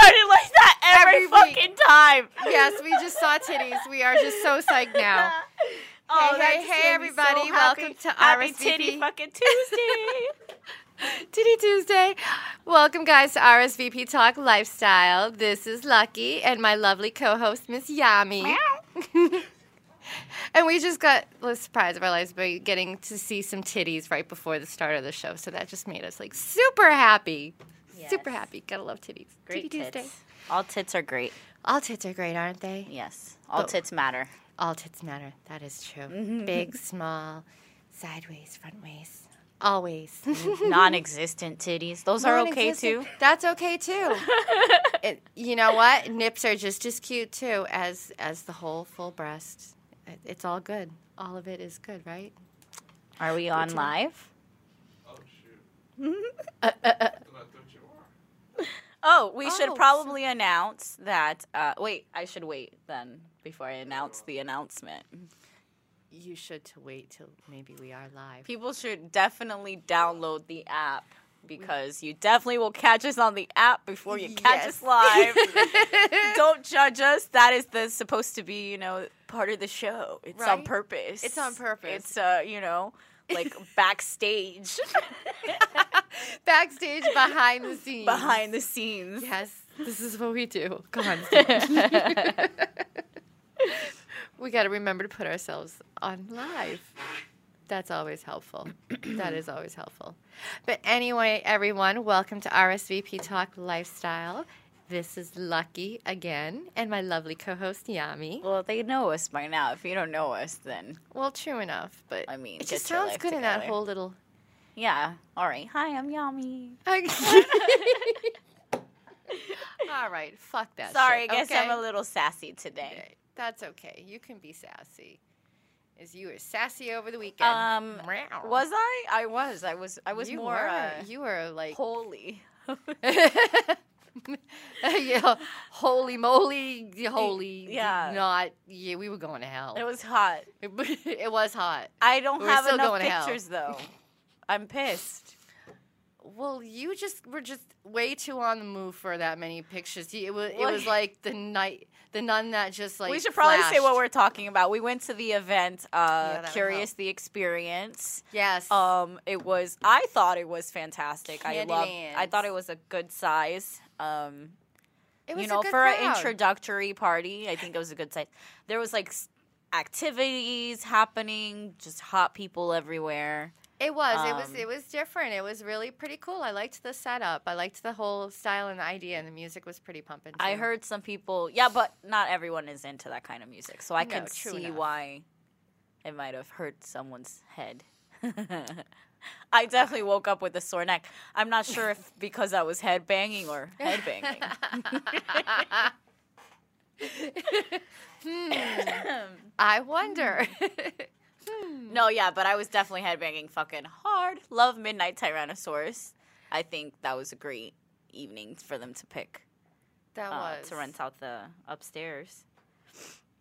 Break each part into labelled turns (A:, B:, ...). A: Oh,
B: Welcome to
A: Happy Titty
B: RSVP
A: fucking Tuesday.
B: Titty Tuesday. Welcome, guys, to RSVP Talk Lifestyle. This is Lucky and my lovely co-host Miss Yami. and we just got the surprise of our lives by getting to see some titties right before the start of the show, so that just made us like super happy. Super
A: Yes.
B: happy. Gotta love titties.
A: Great
B: Titty
A: tits. All tits are great.
B: All tits are great, aren't they?
A: Yes. All
B: But-
A: tits matter.
B: All tits matter. That is true. Big, small, sideways, front ways. Always.
A: Non-existent titties. Those are okay
B: Non-existent.
A: too.
B: That's okay too. It- you know what? Nips are just as cute too as as the whole full breast. It- It's all good. All of it is good, right?
A: Are we on live?
C: Oh shoot. I thought you were.
A: Oh, we
B: Oh,
A: should
B: so-
A: probably announce that. Uh, wait, I should wait then before I announce the announcement.
B: You should to wait till maybe we are live.
A: People should definitely download the app because you definitely will catch us on the app before you catch us
B: Yes.
A: live. Don't judge us. That is the supposed to be, you know, part of the show. It's on
B: Right?
A: purpose.
B: It's on purpose.
A: It's uh, you know, like backstage,
B: Backstage, behind the scenes.
A: behind the scenes.
B: Yes, this is what we do. Come on. Steve. we got to remember to put ourselves on live. That's always helpful. that is always helpful. But anyway, everyone, welcome to RSVP Talk Lifestyle. This is Lucky again, and my lovely co-host Yami.
A: Well, they know us by now. If you don't know us, then
B: Well, true enough, but
A: I mean,
B: it just
A: get your
B: sounds
A: life
B: good in that
A: together.
B: whole little.
A: yeah. All right. Hi, I'm Yami.
B: All right, fuck that.
A: Sorry, I
B: shit,
A: guess
B: okay?
A: I'm a little sassy today.
B: Okay, That's okay. You can be sassy. As you were sassy over the weekend.
A: Um,
B: Meow.
A: was I? I was. I was. I was
B: you
A: more
B: were,
A: uh,
B: you were like
A: holy.
B: yeah, holy moly, holy
A: Yeah.
B: not yeah, we were going to hell.
A: It was hot.
B: It was, hot.
A: I don't
B: We're
A: have
B: still
A: enough
B: going to hell.
A: pictures though. I'm pissed.
B: Well, you just were just way too on the move for that many pictures. You- It was it
A: Well,
B: was like the night the nun that just like
A: we should probably say what
B: flashed.
A: we're talking about. We went to the event, uh,
B: that would
A: Curious
B: help.
A: the Experience.
B: Yes.
A: Um, it was. I thought it was fantastic. I loved. I
B: Candylands.
A: thought it was a good size. Um,
B: it was
A: you
B: a
A: know,
B: good
A: for an
B: crowd.
A: introductory party, I think it was a good size. There was like s- activities happening, just hot people everywhere.
B: It was. it was.
A: Um,
B: It was different. It was really pretty cool. I liked the setup. I liked the whole style and the idea, and the music was pretty pumping. Too.
A: I heard some people, yeah, but not everyone is into that kind of music, so I
B: No,
A: can
B: true
A: see
B: enough.
A: why it might have hurt someone's head. I definitely woke up with a sore neck. I'm not sure if because I was head banging or head banging.
B: I wonder.
A: No, yeah, but I was definitely headbanging fucking hard. Love Midnight Tyrannosaurus. I think that was a great evening for them to pick
B: that
A: uh,
B: was
A: to rent out the upstairs.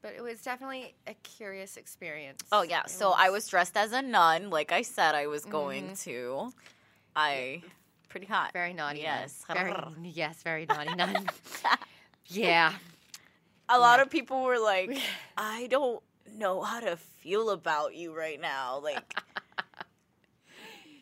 B: but it was definitely a curious experience.
A: Oh yeah,
B: It
A: so I was dressed as a nun, like I said I was going to. I pretty hot.
B: Mm-hmm. very naughty. nun.
A: Yes.
B: Very, yes. Very naughty nun. yeah.
A: a lot of people were like, I don't know how to feel about you right now. Like,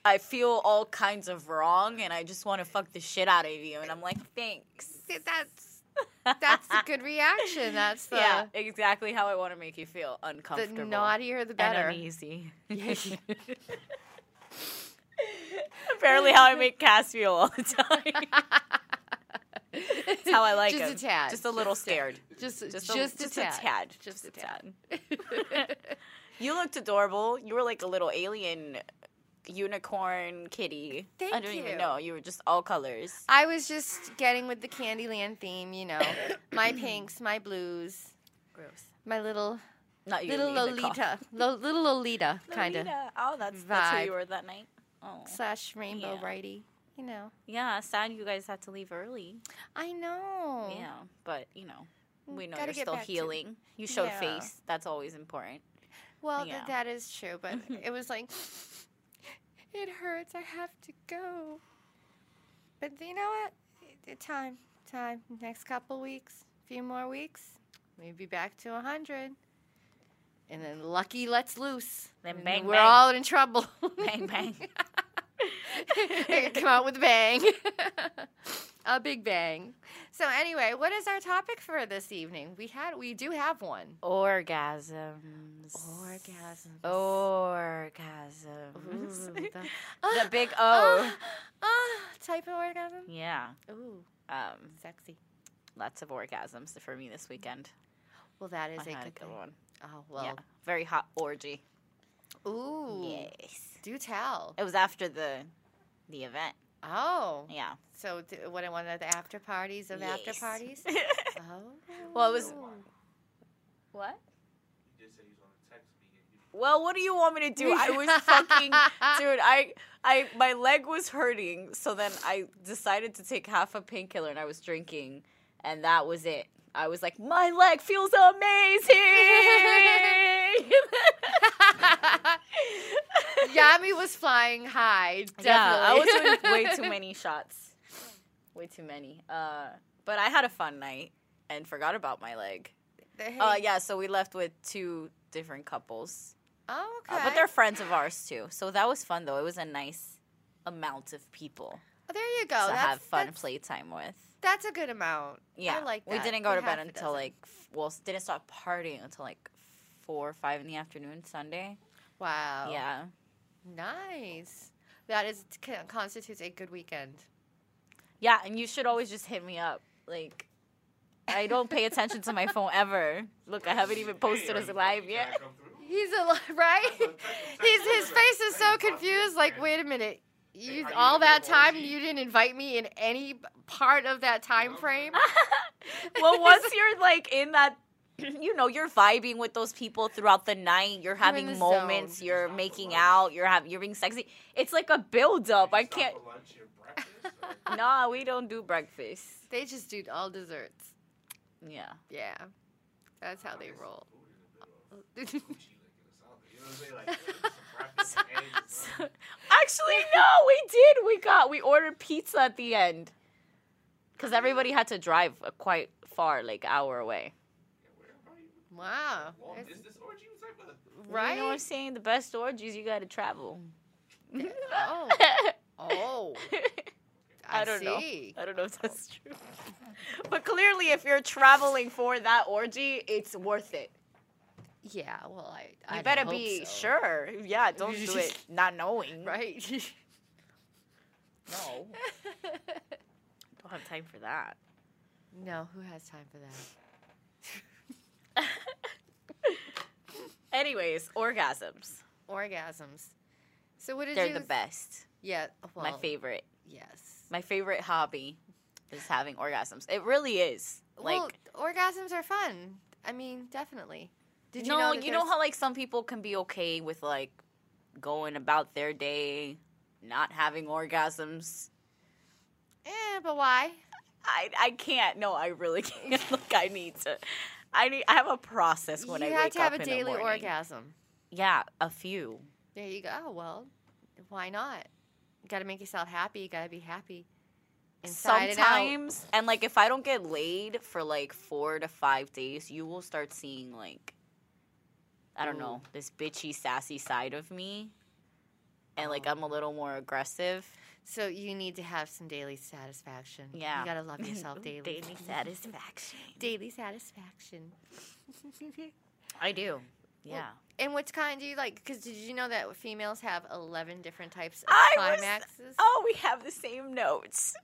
A: I feel all kinds of wrong and I just want to fuck the shit out of you. And I'm like, thanks.
B: See, That's that's a good reaction. That's the
A: yeah, exactly how I want to make you feel
B: the
A: uncomfortable.
B: naughtier the
A: and
B: better.
A: uneasy. Apparently, how I make Cass feel all the time. That's how I like
B: Just a
A: him.
B: tad.
A: Just a little scared.
B: Just
A: Just
B: just
A: a,
B: just a tad.
A: Just a tad. You looked adorable. You were like a little alien unicorn kitty. I
B: Thank
A: don't
B: you.
A: even know. You were just all colors.
B: I was just getting with the Candyland theme, you know. my pinks, my blues,
A: Gross.
B: my little
A: Not you.
B: little
A: Lena Kauf.
B: Lolita, lo, little Lolita kind of
A: Lolita. Oh, that's that's who
B: vibe.
A: you were that night. Oh.
B: slash rainbow
A: Yeah.
B: righty, you know.
A: Yeah, sad you guys had to leave early.
B: I know.
A: Yeah, but you know, we know
B: Oh. Mm, Gotta
A: you're
B: get
A: still
B: back to-
A: healing. You showed
B: Yeah.
A: face. That's always important.
B: Well,
A: Yeah. Mm-hmm.
B: th- that is true, but it was like it hurts. I have to go. But you know what? It- it- time, time. Next couple weeks, few more weeks, we'll be back to a hundred. and then lucky lets loose.
A: Then
B: and
A: bang,
B: We're
A: bang.
B: all in trouble.
A: Bang, bang.
B: Come out with a bang. a big bang. So anyway, what is our topic for this evening? We had we do have one.
A: Orgasms.
B: Orgasms.
A: Orgasms.
B: Ooh, the,
A: the big O.
B: Ah, ah, type of orgasm.
A: yeah.
B: Ooh,
A: Um,
B: sexy.
A: lots of orgasms for me this weekend.
B: Well, that is
A: I
B: a
A: had
B: good, thing.
A: one.
B: Oh
A: yeah.
B: well.
A: Very hot orgy.
B: Ooh.
A: Yes.
B: Do tell.
A: It was after the the event.
B: Oh.
A: Yeah.
B: So d what? One of the after parties of after
A: Yes.
B: parties. Oh.
A: Well, it was- what? Well, what do you want me to do? I was fucking dude, I I my leg was hurting, so then I decided to take half a painkiller and I was drinking and that was it. I was like, "My leg feels amazing."
B: Yami was flying high. Definitely.
A: Yeah, I was doing way too many shots. Way too many. Uh, but I had a fun night and forgot about my leg.
B: Hey.
A: Uh, yeah, so we left with two different couples.
B: Oh, okay.
A: Uh, but they're friends of ours too. So that was fun though. It was a nice amount of people
B: Oh, there you go.
A: to
B: that's,
A: have fun
B: That's,
A: playtime with.
B: that's a good amount.
A: Yeah.
B: I like that.
A: We didn't go to
B: Good
A: bed
B: half a
A: until
B: dozen.
A: like f- well, s- didn't stop partying until like 4 or 5 in the afternoon Sunday.
B: Wow.
A: Yeah.
B: Nice. That is con- constitutes a good weekend.
A: Yeah, and you should always just hit me up. Like, I don't pay attention to my phone ever. Look, I haven't even posted as live yet.
B: He's a li- right. He's his face is so confused. Like, wait a minute. You all that time you didn't invite me in any part of that time frame.
A: well, once you're like in that, you know, you're vibing with those people throughout the night. You're having
B: the
A: moments.
B: zone.
A: You're making out. You're having. You're being sexy. It's like a build up. I can't. Nah, we don't do breakfast.
B: They just do all desserts.
A: Yeah.
B: Yeah, that's how they roll.
A: So- actually, no, we did. We got. We ordered pizza at the end. Because everybody had to drive uh, quite far, like hour away.
B: wow.
C: Long
B: It's-
C: distance orgy was like a-
B: Right?
A: You know what I'm saying? The best orgies, you got to travel.
B: Oh. Oh. I,
A: I don't know.
B: see.
A: I don't know if that's true. but clearly, if you're traveling for that orgy, it's worth it.
B: Yeah. Well, I.
A: You
B: I
A: better
B: hope
A: be
B: so.
A: sure. Yeah, don't do it not knowing.
B: right?
A: No. Don't have time for that.
B: no, who has time for that?
A: Anyways, orgasms.
B: Orgasms. So what did
A: They're
B: you?
A: the best.
B: Yeah. Well,
A: My favorite.
B: Yes.
A: My favorite hobby is having orgasms. It really is. Like,
B: well, orgasms are fun. I mean, definitely. Did you
A: no,
B: know?
A: you
B: that
A: know
B: there's-
A: how like some people can be okay with like going about their day, not having orgasms.
B: Eh, but why?
A: I I can't. No, I really can't. Like I need to. I need. I have a process when
B: you
A: I
B: have
A: wake
B: to have
A: up
B: a
A: in the
B: daily
A: morning.
B: orgasm.
A: Yeah, a few.
B: There you go. Oh, Well, why not? You got to make yourself happy. You got to be happy. Inside and out.
A: Sometimes, and like if I don't get laid for like four to five days, you will start seeing like, I don't know, this bitchy, sassy side of me, and like I'm a little more aggressive.
B: So you need to have some daily satisfaction.
A: Yeah,
B: You got to love yourself daily.
A: daily satisfaction.
B: Daily satisfaction.
A: I do. Yeah.
B: And which kind do you like? Because did you know that females have 11 different types of
A: I was-
B: climaxes?
A: oh, we have the same notes.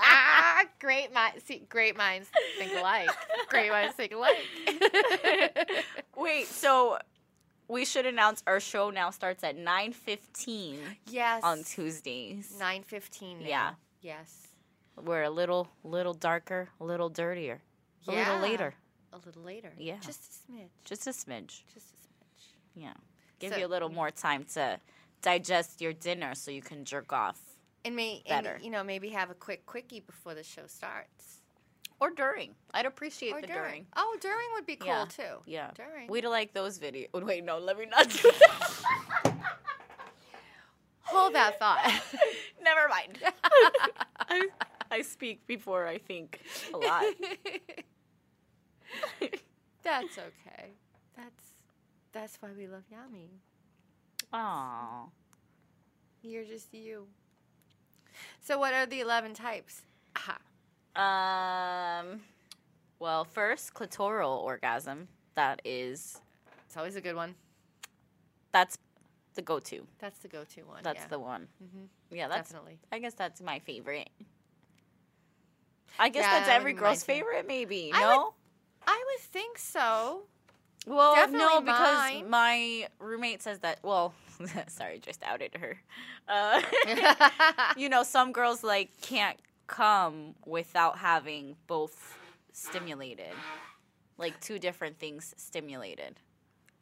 B: ah, great minds. See, great minds think alike. Great minds think alike.
A: Wait, so we should announce our show now starts at 9:15
B: yes.
A: on Tuesdays.
B: 9.15 now.
A: Yeah.
B: Yes.
A: We're a little little darker, a little dirtier, a
B: Yeah.
A: little later.
B: A little later.
A: Yeah.
B: Just a smidge.
A: Just a smidge.
B: Just a smidge.
A: Yeah. Give
B: So-
A: you a little more time to digest your dinner so you can jerk off
B: And may
A: Better.
B: And, you know, maybe have a quick quickie before the show starts.
A: or during. I'd appreciate
B: Or
A: the
B: during.
A: during.
B: Oh, during would be cool
A: Yeah.
B: too.
A: Yeah.
B: During.
A: We'd like those videos. Wait, no, let me not do that.
B: Hold that thought.
A: Never mind. I, I speak before I think a lot.
B: That's okay. That's why we love Yami.
A: Aw.
B: You're just you. So what are the eleven types? Aha.
A: Um, well, first clitoral orgasm. That is
B: It's always a good one.
A: that's the go-to.
B: That's the go-to one.
A: That's
B: yeah.
A: the one.
B: Mhm.
A: Yeah, that's.
B: definitely.
A: I guess that's my favorite. I guess
B: Yeah,
A: that's
B: that
A: every
B: would be
A: girl's
B: my favorite.
A: favorite, maybe.
B: I
A: no.
B: I would think so.
A: Well, no,
B: Definitely
A: because
B: mine.
A: my roommate says that. Well, sorry, just outed her. Uh, you know, some girls like can't come without having both stimulated, like two different things stimulated.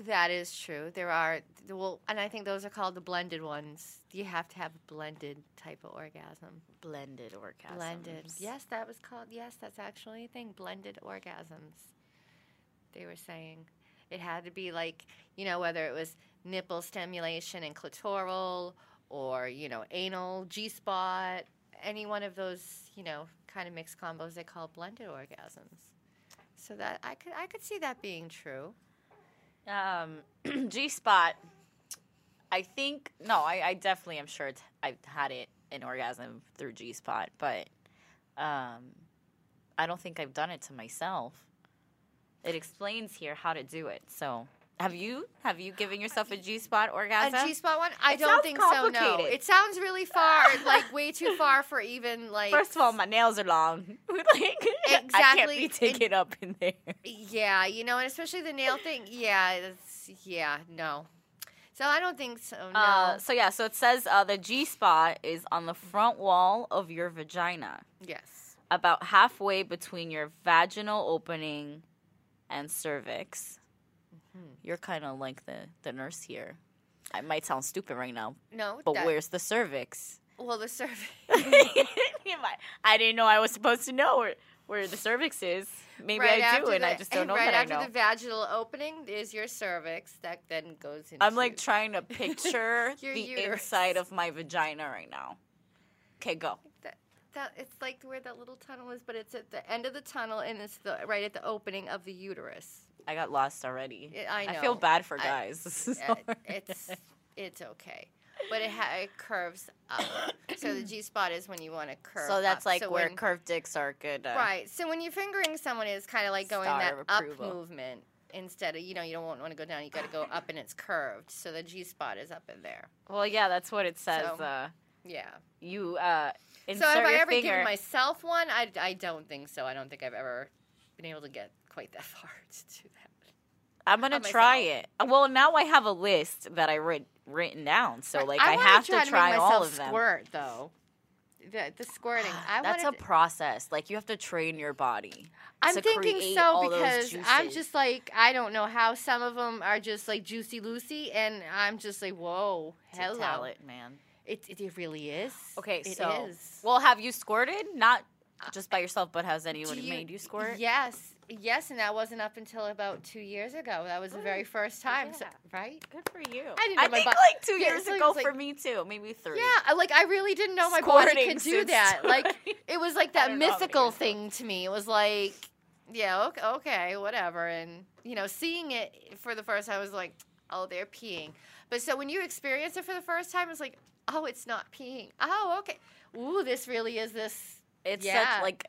B: That is true. There are well, and I think those are called the blended ones. You have to have a blended type of orgasm.
A: Blended orgasms.
B: Blended. Yes, that was called. Yes, that's actually a thing. Blended orgasms. They were saying it had to be like you know whether it was nipple stimulation and clitoral or you know anal G spot. Any one of those you know kind of mixed combos they call blended orgasms. So that I could I could see that being true.
A: Um, G spot. I think no, I, I definitely am sure it's, I've had it an orgasm through G spot, but um, I don't think I've done it to myself. It explains here how to do it. So, have you have you given yourself a G spot orgasm?
B: A G spot one? I
A: It
B: don't
A: sounds
B: think so. No,
A: complicated.
B: it sounds really far, like way too far for even like.
A: First of all, my nails are long. like, I can't
B: Exactly.
A: be taken up in there.
B: yeah, you know, and especially the nail thing. Yeah, that's yeah, no. So I don't think so. No,
A: Uh, so yeah, so it says uh, the G spot is on the front wall of your vagina.
B: yes,
A: about halfway between your vaginal opening and cervix.
B: Mm-hmm.
A: You're kind of like the, the nurse here. I might sound stupid right now,
B: no.
A: but
B: that-
A: where's the cervix?
B: Well, the survey.
A: You might- I didn't know I was supposed to know where, where the cervix is. Maybe I do, and I just don't know
B: Right
A: that I
B: after
A: know.
B: the vaginal opening is your cervix that then goes into.
A: I'm like trying to picture
B: Your
A: the
B: uterus.
A: inside of my vagina right now. Okay, go.
B: that. It's like where that little tunnel is, but it's at the end of the tunnel and it's the right at the opening of the uterus.
A: I got lost already.
B: Yeah, I
A: feel
B: know.
A: bad for
B: I-
A: guys.
B: Uh, it's it's okay, but it, ha- it curves up. so the G spot is when you want to curve.
A: So that's
B: up.
A: like
B: So
A: where
B: when-
A: curved dicks are good. Uh,
B: right. So when you're fingering someone, it's kind of like going
A: Star
B: that
A: of
B: up
A: approval.
B: movement instead of you know you don't want to go down. You got to go up, and it's curved. So the G spot is up in there.
A: Well, yeah, that's what it says.
B: So,
A: uh,
B: Yeah.
A: you uh, insert
B: so have I
A: your
B: ever
A: finger.
B: given myself one? I, I don't think so. I don't think I've ever been able to get quite that far to do that.
A: I'm gonna
B: on myself.
A: try it. Uh, Well, now I have a list that I writ- written down, so like I,
B: wanna
A: have to try,
B: to make
A: all
B: myself
A: of them. Ah,
B: Squirt though. The, the squirting. I
A: that's a
B: wanted-
A: process. Like you have to train your body.
B: I'm
A: to
B: thinking
A: create
B: so
A: all those
B: because I'm
A: juices.
B: just like I don't know how some of them are just like juicy Lucy, and I'm just like whoa,
A: It's a
B: hello,
A: talent, man.
B: it, it it really is.
A: Okay,
B: It
A: so
B: is.
A: well, have you squirted? Not just by yourself, but has anyone
B: Uh, you-
A: made you squirt?
B: Yes, yes, and that wasn't up until about two years ago. That was the very
A: Mm,
B: first time, so-
A: yeah.
B: right?
A: Good for you.
B: I didn't know my
A: think
B: bo-
A: like two
B: Yeah,
A: years
B: so
A: ago
B: it's like-
A: for me too, maybe three.
B: Yeah, I- like I really didn't know my body
A: Squirting
B: could do
A: since
B: that. Like
A: 20.
B: it was like
A: I
B: that
A: don't know how many
B: mythical
A: years ago.
B: thing to me. It was like, yeah, okay, okay, whatever. And you know, seeing it for the first time, I was like, oh, they're peeing. But so when you experience it for the first time, it's like, oh, it's not peeing. Oh, okay. Ooh, this really is this.
A: It's
B: Yeah.
A: such like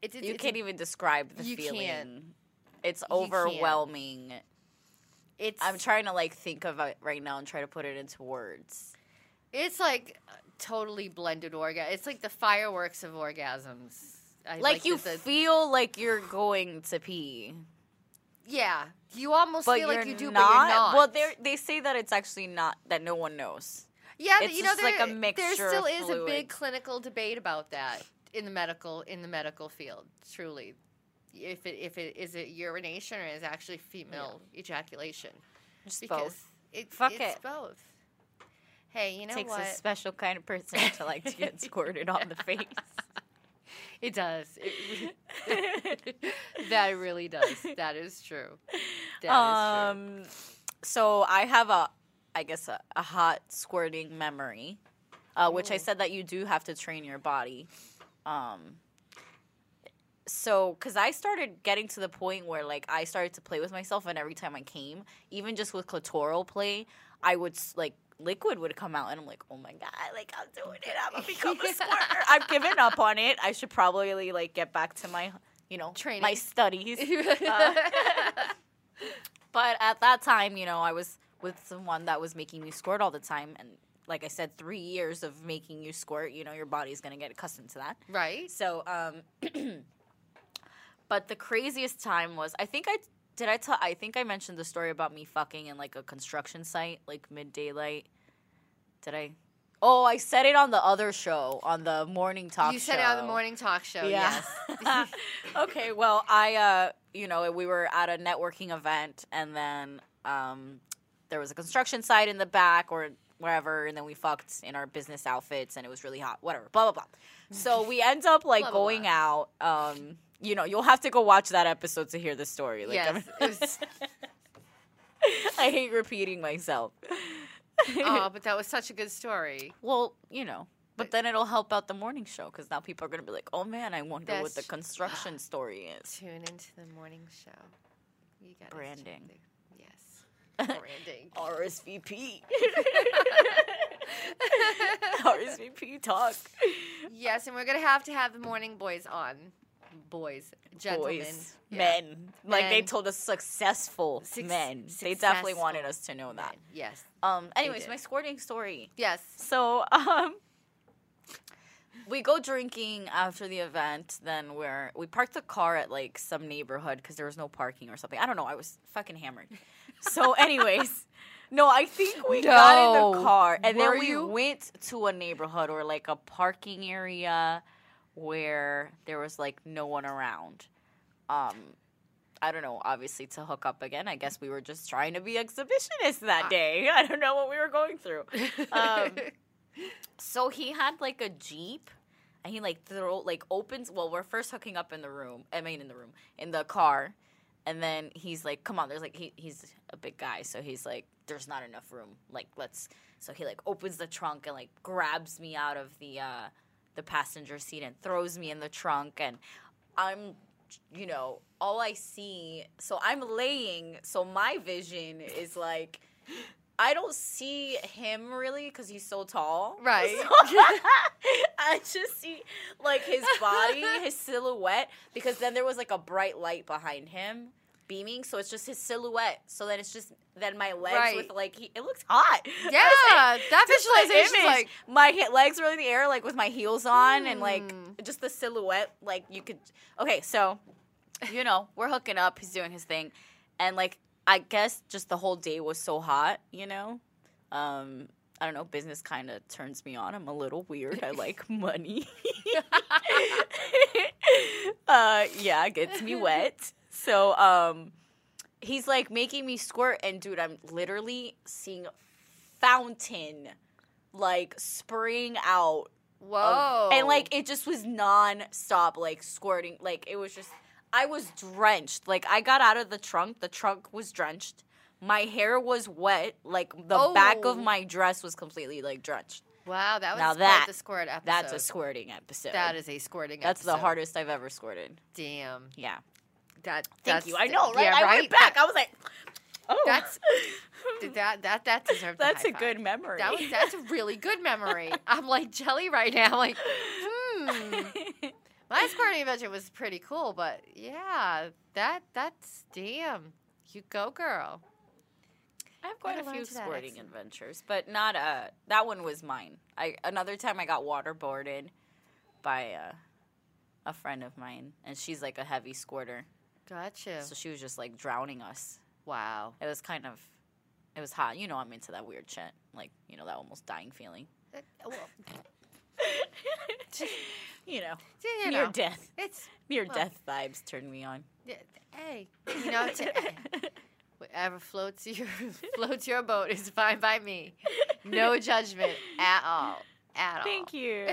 B: It's, it's,
A: you
B: it's,
A: can't even describe the
B: you can't.
A: feeling. It's
B: can't.
A: overwhelming.
B: It's
A: I'm trying to like think of it right now and try to put it into words.
B: it's like totally blended orgasm. It's like the fireworks of orgasms. I
A: Like, you
B: that the-
A: feel like you're going to pee,
B: yeah. You almost
A: but
B: feel
A: you're
B: like you do,
A: not.
B: but you're not.
A: Well, they they say that it's actually not that no one knows.
B: Yeah, but
A: It's
B: you know,
A: just like
B: there,
A: a
B: there
A: mixture
B: still
A: of
B: is a big
A: fluids.
B: clinical debate about that in the medical in the medical field. Truly, if it if it is it urination or is it actually female ejaculation?
A: Just
B: Because
A: both.
B: it,
A: Fuck
B: it's
A: it.
B: both. Hey, you know
A: takes
B: what?
A: a special kind of person to like to get squirted on the face.
B: it does. It re- that really does. That is true. That is true.
A: um, so I have a, I guess a, a hot squirting memory, uh, which I
B: Ooh.
A: said that you do have to train your body. Um, so because I started getting to the point where like I started to play with myself, and every time I came, even just with clitoral play, I would s- like liquid would come out, and I'm like, oh my god, like I'm doing it, I'm gonna become a squirter. I've given up on it. I should probably like get back to my you know my
B: Training.
A: studies. Uh, But at that time, you know, I was with someone that was making me squirt all the time, and like I said, three years of making you squirt, you know, your body's gonna get accustomed to that.
B: right?
A: So, um, but the craziest time was I think I did I tell I think I mentioned the story about me fucking in like a construction site, like mid daylight. Did I? Oh, I said it on the other show, on the morning talk.
B: you said it on the
A: show.
B: morning talk show.
A: Yeah. okay. Well, I, uh, you know, we were at a networking event, and then um, there was a construction site in the back or wherever, and then we fucked in our business outfits, and it was really hot. Whatever. Blah blah blah. So we end up like
B: Blah, blah,
A: going out. Um, you know, you'll have to go watch that episode to hear the story. Like,
B: Yes.
A: I'm-
B: It was,
A: I hate repeating myself.
B: oh, but that was such a good story.
A: Well, you know. But then it'll help out the morning show because now people are gonna be like, "Oh man, I wonder what
B: That's-
A: the construction story is."
B: Tune into the morning show. You got
A: Branding.
B: Yes. Branding.
A: RSVP. RSVP talk.
B: yes, and we're gonna have to have the morning boys on. Boys, gentlemen,
A: Boys,
B: Yeah.
A: men. Like they
B: Men.
A: told us successful
B: Suc-
A: men. They definitely
B: successful
A: wanted us to know that.
B: Men. Yes.
A: Um anyways,
B: did.
A: my squirting story.
B: Yes.
A: So, um we go drinking after the event, then we're we parked the car at like some neighborhood cuz there was no parking or something. I don't know, I was fucking hammered. So anyways, no, I think we got in the
B: No.
A: car and
B: Were
A: then we
B: you?
A: went to a neighborhood or like a parking area where there was like no one around. Um I don't know, obviously to hook up again. I guess we were just trying to be exhibitionists that
B: I-
A: day. I don't know what we were going through. Um, So he had like a jeep, and he like throw like opens. Well, we're first hooking up in the room. I mean, in the room, in the car, and then he's like, "Come on!" There's like he, he's a big guy, so he's like, "There's not enough room. Like, let's." So he like opens the trunk and like grabs me out of the uh, the passenger seat and throws me in the trunk, and I'm, you know, all I see. So I'm laying. So my vision is like. I don't see him really because he's so tall.
B: Right.
A: I just see like his body, his silhouette, because then there was like a bright light behind him beaming, so it's just his silhouette. So then it's just then my legs
B: Right.
A: with like he, it looks hot.
B: yeah, that
A: Just the
B: visualization is
A: image.
B: like
A: my he- legs were in the air, like with my heels on, and like
B: Hmm.
A: just the silhouette. Like you could. Okay, so you know we're hooking up. He's doing his thing, and like I guess just the whole day was so hot. You know, um, I don't know. Business kind of turns me on. I'm a little weird. I like money. uh, yeah, gets me wet. So um, he's like making me squirt, and dude, I'm literally seeing fountain like spring out
B: whoa,
A: of- and
B: Oh.
A: like it just was non-stop like squirting like it was just i was drenched like i got out of the trunk the trunk was drenched my hair was wet like the back of
B: Oh.
A: my dress was completely like drenched
B: wow, that was
A: Now
B: quite
A: that-
B: the squirt episode.
A: that's a squirting episode
B: that is a squirting.
A: that's the
B: episode.
A: hardest i've ever squirted
B: Damn,
A: yeah
B: that.
A: thank
B: that's
A: you i
B: the-
A: know right
B: Yeah,
A: i
B: right.
A: went back i was like oh
B: That's- That, that that that deserved.
A: that's
B: the
A: a
B: high
A: good
B: Five.
A: memory
B: That was that's a really good memory. I'm like jelly right now. Like, hmm. My squirting invention was pretty cool, but yeah, that that's damn. You go, girl.
A: I have quite
B: Gotta
A: a
B: learn
A: few
B: to that
A: squirting
B: accent.
A: adventures, but not uh that one was mine. I another time I got waterboarded by a, a friend of mine, and she's like a heavy squirter,
B: Gotcha.
A: so she was just like drowning us.
B: Wow.
A: It was kind of, it was hot. You know, I'm into that weird shit, like you know that almost dying feeling.
B: Uh, well,
A: you know,
B: you
A: near
B: know,
A: death,
B: it's
A: near
B: well-
A: death vibes turn me on.
B: yeah, hey, you know, to, whatever floats your floats your boat is fine by me. No judgment at all. At all.
A: Thank you.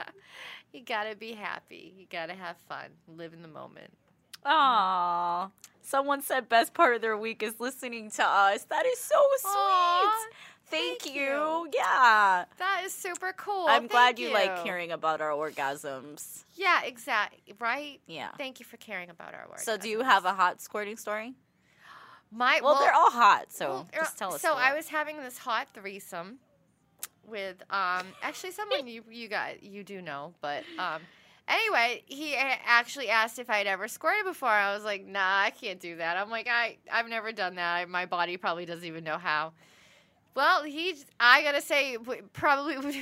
B: you gotta be happy. You gotta have fun. Live in the moment.
A: Aww. Someone said best part of their week is listening to us. That is so sweet.
B: Aw,
A: Thank,
B: Thank
A: you. Yeah.
B: That is super cool.
A: I'm glad
B: Thank
A: you, like hearing about our orgasms.
B: Yeah, exactly. Right?
A: Yeah.
B: Thank you for caring about our work.
A: So do you have a hot squirting story?
B: My
A: Well, they're all hot, so
B: well, er,
A: just tell us.
B: So
A: about
B: I
A: it.
B: was having this hot threesome with um actually someone you you got you do know, but um anyway, he a- actually asked if I'd ever squirted before. I was like, "Nah, I can't do that." I'm like, "I I've never done that. I, my body probably doesn't even know how." Well, he I got to say w- probably would-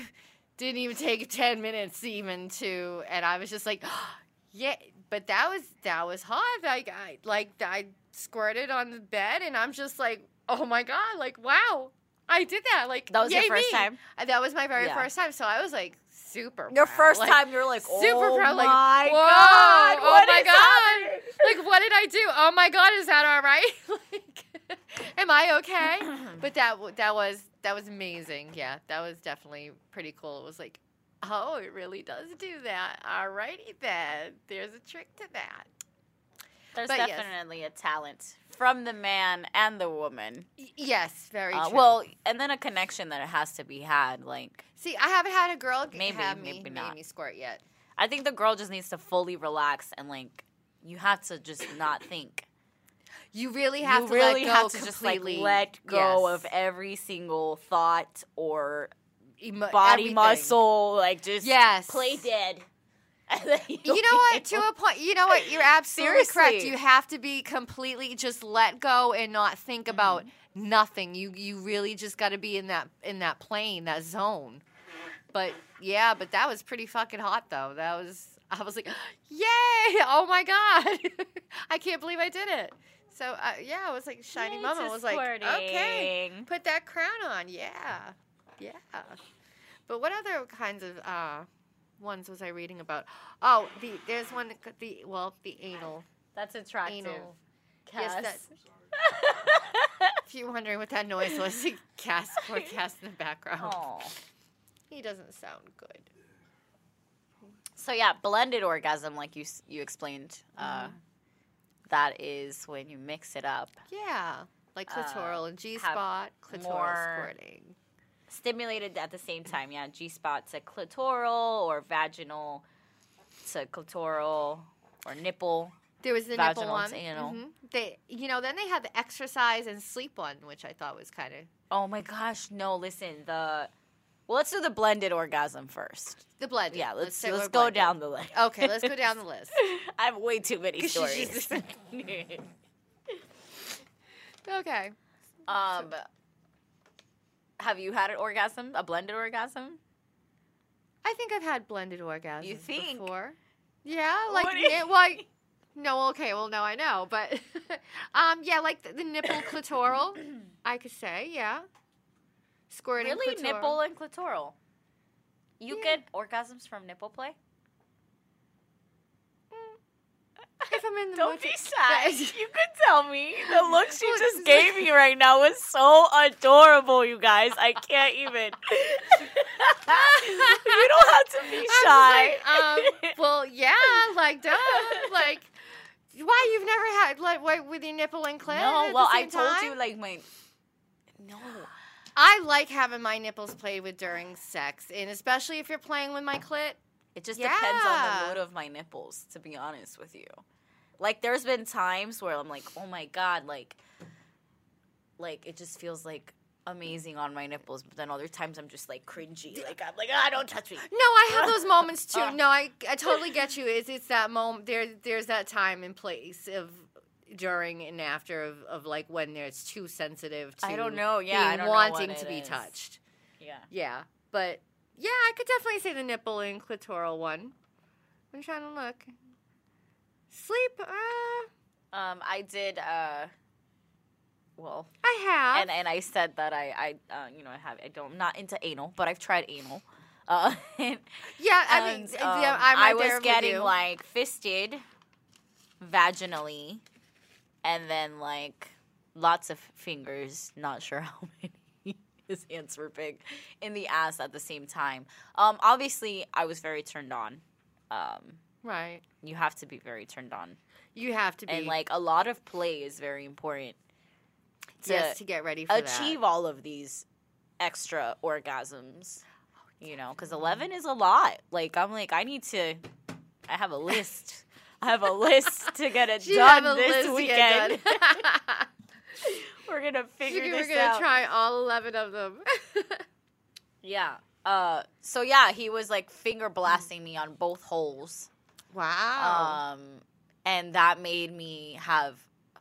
B: didn't even take 10 minutes even to and I was just like, "Yeah, but that was that was hot. Like I like I squirted on the bed and I'm just like, "Oh my god, like wow." I did that. Like
A: That was your
B: yay
A: first
B: me.
A: time?
B: Uh, That was my very
A: Yeah.
B: first time. So I was like super.
A: Your
B: proud.
A: first
B: Like,
A: time, you're like, oh
B: Super proud. Like,
A: my
B: whoa,
A: god,
B: oh
A: what
B: my
A: is
B: god!
A: happening?"
B: Like, what did I do? Oh my god, is that all right? like, am I okay? but that w- that was that was amazing. Yeah, that was definitely pretty cool. It was like, oh, it really does do that. Alrighty then, there's a trick to that.
A: There's
B: But yes.
A: definitely a talent from the man and the woman.
B: Y- yes, very
A: Uh,
B: true.
A: well, and then a connection that has to be had. Like,
B: see, I haven't had a girl g-
A: Maybe,
B: have me
A: maybe
B: made
A: not.
B: me squirt yet.
A: I think the girl just needs to fully relax and like, you have to just not think.
B: You really have
A: you
B: to
A: really
B: let go
A: have to just like
B: completely.
A: let go
B: Yes.
A: of every single thought or
B: Emo-
A: body
B: everything.
A: muscle. Like, just
B: Yes.
A: play dead. And then
B: You
A: you'll
B: know
A: be
B: what?
A: able-
B: To a point, you know what? You're absolutely correct.
A: Seriously.
B: You have to be completely just let go and not think about
A: Mm-hmm.
B: nothing. You you really just got to be in that in that plane, that zone. But yeah, but that was pretty fucking hot though. That was I was like, yay! Oh my god, I can't believe I did it. So uh, yeah, I was like shiny
A: Yay
B: mama
A: to
B: was like, okay,
A: squirting.
B: put that crown on. Yeah, yeah. But what other kinds of uh, ones was I reading about? Oh, the there's one that- the well the anal
A: That's attractive.
B: anal.
A: Cass.
B: Yes, If you're wondering what that noise was, Cass or Cass in the background.
A: Aw.
B: He doesn't sound good.
A: So yeah, blended orgasm, like you s- you explained, uh,
B: Mm-hmm.
A: that is when you mix it up.
B: Yeah, like
A: Uh,
B: clitoral and G spot, clitoral
A: more-
B: squirting.
A: Stimulated at the same time, yeah. G spot to clitoral or vaginal to clitoral or nipple.
B: There was the nipple
A: Vaginal
B: one.
A: to anal.
B: Mhm. They, you know, then they had the exercise and sleep one, which I thought was kind of
A: Oh my gosh, no! Listen, the well, let's do the blended orgasm first.
B: the blood.
A: Yeah, let's
B: say
A: let's,
B: we're
A: go
B: blended.
A: down the list.
B: Okay, let's go down the list.
A: I have way too many stories.
B: Okay.
A: um, have you had an orgasm? A blended orgasm?
B: I think I've had blended orgasms
A: think?
B: before. Yeah, like
A: What do you-
B: yeah, well, I- no, okay, well, no, I know, but um, yeah, like the, the nipple clitoral, I could say, yeah. Squirting
A: Really,
B: clitoral.
A: nipple and clitoral. You
B: Yeah.
A: get orgasms from nipple play.
B: If I'm in the
A: Don't
B: mood to-
A: be shy.
B: That is-
A: you could tell me. The look she just
B: Look, this is-
A: gave me right now was so adorable, you guys. I can't even. you don't have to be shy.
B: I'm just like, um, well, yeah, like duh, like why you've never had like what, with your nipple and clit? at
A: no,
B: the
A: well, I
B: same
A: told
B: time?
A: you like my. No.
B: I like having my nipples played with during sex, and especially if you're playing with my clit.
A: It just depends on
B: Yeah.
A: the mood of my nipples, to be honest with you. Like there's been times where I'm like, oh my god, like like it just feels like amazing on my nipples, but then other times I'm just like cringy. Like I'm like, ah, don't touch me.
B: No, I have those moments
A: Uh.
B: too. No, I, I totally get you. It's it's that moment there there's that time and place of during and after of, of like when there's too sensitive to
A: I don't know. Yeah, I
B: being
A: don't know what
B: wanting to
A: it
B: be
A: is.
B: touched.
A: Yeah.
B: Yeah. But yeah, I could definitely say the nipple and clitoral one. I'm trying to look. Sleep, uh,
A: Um, I did uh well
B: I have.
A: and and I said that I I uh, you know I have I don't I'm not into anal, but I've tried anal. Uh, and,
B: yeah, I mean,
A: and,
B: yeah,
A: um,
B: I'm right
A: I was
B: there with
A: getting
B: you.
A: like fisted vaginally, and then like lots of fingers. Not sure how many. His hands were big in the ass at the same time. Um, obviously, I was very turned on. Um,
B: right.
A: you have to be very turned on,
B: You have to be
A: and like a lot of play is very important. to
B: yes to get ready for that.
A: achieve all of these extra orgasms. You know,
B: Mm-hmm.
A: because 11 is a lot. Like, I'm like, I need to, I have a list. I have a list to get it
B: She
A: done
B: have a
A: this
B: list to get
A: weekend.
B: done.
A: We're going to
B: She-
A: figure
B: We're
A: this
B: gonna
A: out.
B: try all eleven of them.
A: Yeah. Uh, so, yeah, he was like finger blasting me on both holes.
B: wow.
A: Um, and that made me have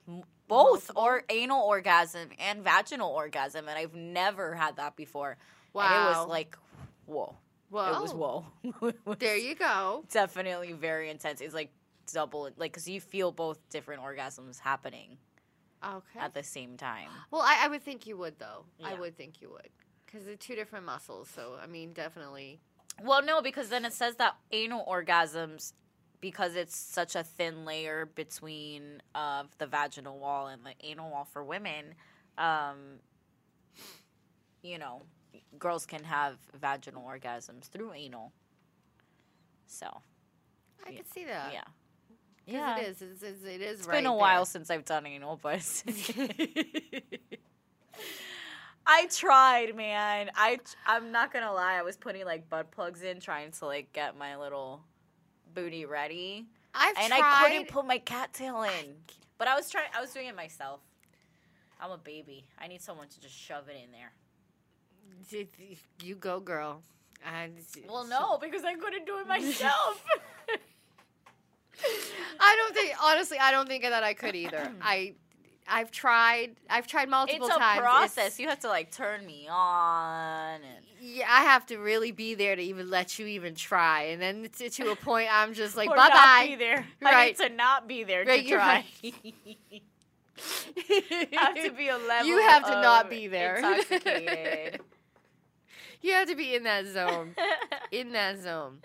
A: m- both or anal orgasm and vaginal orgasm. And I've never had that before.
B: wow.
A: Uh, And it was like, whoa.
B: Whoa.
A: It was whoa. It was
B: There you go.
A: definitely very intense. It's like double, like, because you feel both different orgasms happening
B: Okay.
A: at the same time.
B: Well, I, I would think you would though. I
A: Yeah.
B: would think you would because they're two different muscles. So I mean, definitely.
A: Well, no, because then it says that anal orgasms, because it's such a thin layer between of the vaginal wall and the anal wall for women, um, you know, girls can have vaginal orgasms through anal. So
B: I
A: Yeah.
B: could see that.
A: yeah,
B: 'Cause It is. It's, it's, it is
A: It's
B: right
A: been a
B: there.
A: while since I've done anal, but I tried, man. I I'm not gonna lie. I was putting like butt plugs in, trying to like get my little booty ready,
B: I've
A: and
B: tried.
A: I couldn't put my cattail in. But I was trying. I was doing it myself. I'm a baby. I need someone to just shove it in there.
B: D- You go, girl. I,
A: Well, no, because I couldn't do it myself.
B: I don't think. Honestly, I don't think that I could either. I, I've tried. I've tried multiple
A: it's a
B: times.
A: process.
B: It's-
A: You have to like turn me on and.
B: yeah, I have to really be there to even let you even try, and then to, to a point, I'm just like,
A: Or
B: bye
A: not
B: bye.
A: Be there. I
B: Right.
A: need to not be there
B: Right,
A: to
B: you're
A: try.
B: right.
A: have to be a level.
B: You have to not
A: of
B: be there.
A: Intoxicated.
B: You have to be in that zone. in that zone.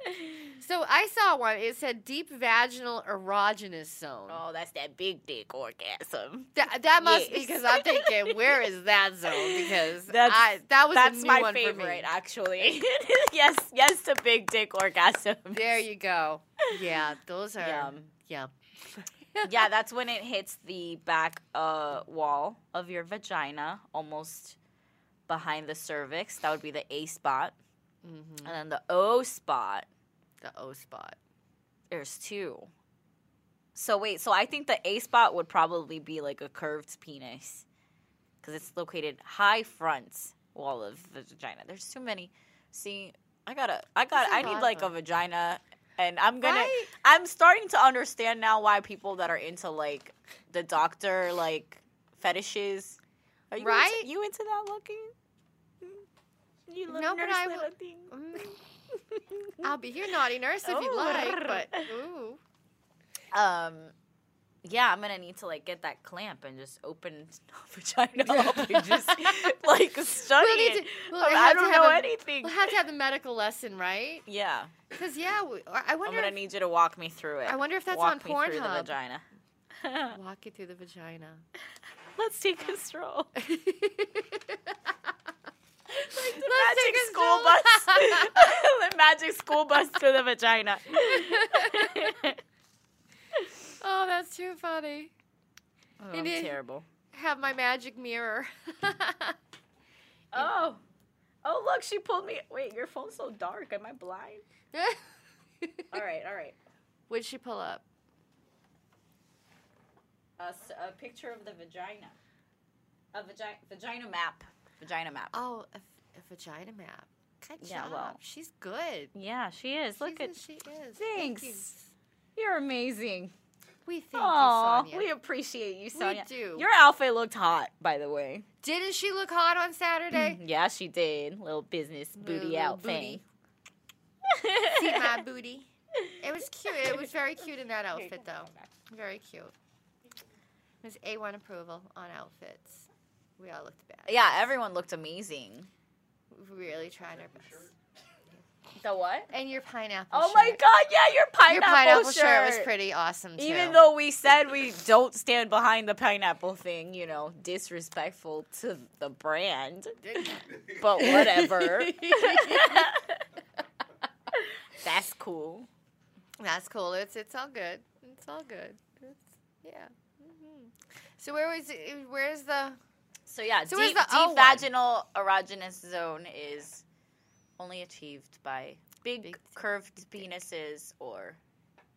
B: So I saw one. It said deep vaginal erogenous zone.
A: oh, that's that big dick orgasm.
B: That, that must be
A: Yes.
B: because I'm thinking, where is that zone? Because
A: That's-
B: I, that was a
A: That's
B: new
A: my
B: one for me.
A: favorite, actually. yes, yes, the big dick orgasm.
B: There you go. Yeah, those are yum.
A: Yum. yeah, that's when it hits the back uh, wall of your vagina, almost behind the cervix. That would be the A spot,
B: hmm
A: and then the O spot.
B: The O spot.
A: There's two. So wait, so I think the A spot would probably be like a curved penis because it's located high front wall of the vagina. There's too many. See, I gotta, I gotta,
B: There's a
A: I
B: lot
A: need
B: of
A: like a
B: them.
A: vagina, and I'm gonna,
B: Right?
A: I'm starting to understand now why people that are into like the doctor like fetishes. Are you
B: Right?
A: Into, you into that looking? You look
B: No, but
A: nerdy
B: I
A: little
B: will-
A: thing.
B: Mm. I'll be your naughty nurse if you'd
A: Oh.
B: like, but ooh.
A: Um, yeah, I'm gonna need to like get that clamp and just open vagina up and just like study
B: We'll need
A: it.
B: to, we'll
A: oh, I mean,
B: have
A: I
B: to
A: don't
B: have
A: know
B: a-
A: anything.
B: We'll have to have the medical lesson, right?
A: yeah,
B: Because yeah, we, or I
A: I'm
B: wonder.
A: gonna
B: if,
A: need you to walk me through it.
B: I wonder if that's
A: walk
B: on
A: me through the
B: Pornhub.
A: vagina.
B: walk it through the vagina.
A: Let's take a stroll.
B: like the
A: magic school bus. the magic school bus to the vagina.
B: oh, that's too funny.
A: Oh,
B: It
A: I'm
B: is-
A: terrible.
B: Have my magic mirror.
A: Oh, oh look, she pulled me. Wait, your phone's so dark. Am I blind? All right, all right.
B: What'd she pull up?
A: a, s- a picture of the vagina. A vagina vagina map. Vagina map.
B: Oh, a, a vagina map. Good
A: Yeah,
B: job.
A: well.
B: She's good.
A: Yeah, she is. Look
B: She's-
A: at
B: she is. Thank
A: thanks.
B: you.
A: You're amazing.
B: We thank
A: Aw,
B: you, Sonia.
A: we appreciate you, Sonia.
B: do.
A: Your outfit looked hot, by the way. Mm-hmm.
B: Didn't she look hot on Saturday?
A: Yeah, she did. Little business booty
B: Little
A: out
B: booty.
A: thing.
B: See my booty. It was cute. It was very cute in that outfit, though. Very cute. It was A1 approval on outfits. We all looked bad.
A: Yeah, everyone looked amazing.
B: We really tried our best.
A: The what?
B: And your pineapple
A: Oh my
B: shirt.
A: god, yeah, your pineapple,
B: Your pineapple
A: shirt.
B: shirt. was pretty awesome, too.
A: Even though we said we don't stand behind the pineapple thing, you know, disrespectful to the brand. but whatever. That's cool.
B: That's cool. It's it's all good. Mm-hmm. It's all good. It's, yeah. hmm So where was it, where's the
A: So yeah,
B: So where's
A: deep,
B: the O
A: deep
B: one?
A: vaginal erogenous zone is only achieved by big,
B: Big dick.
A: curved penises or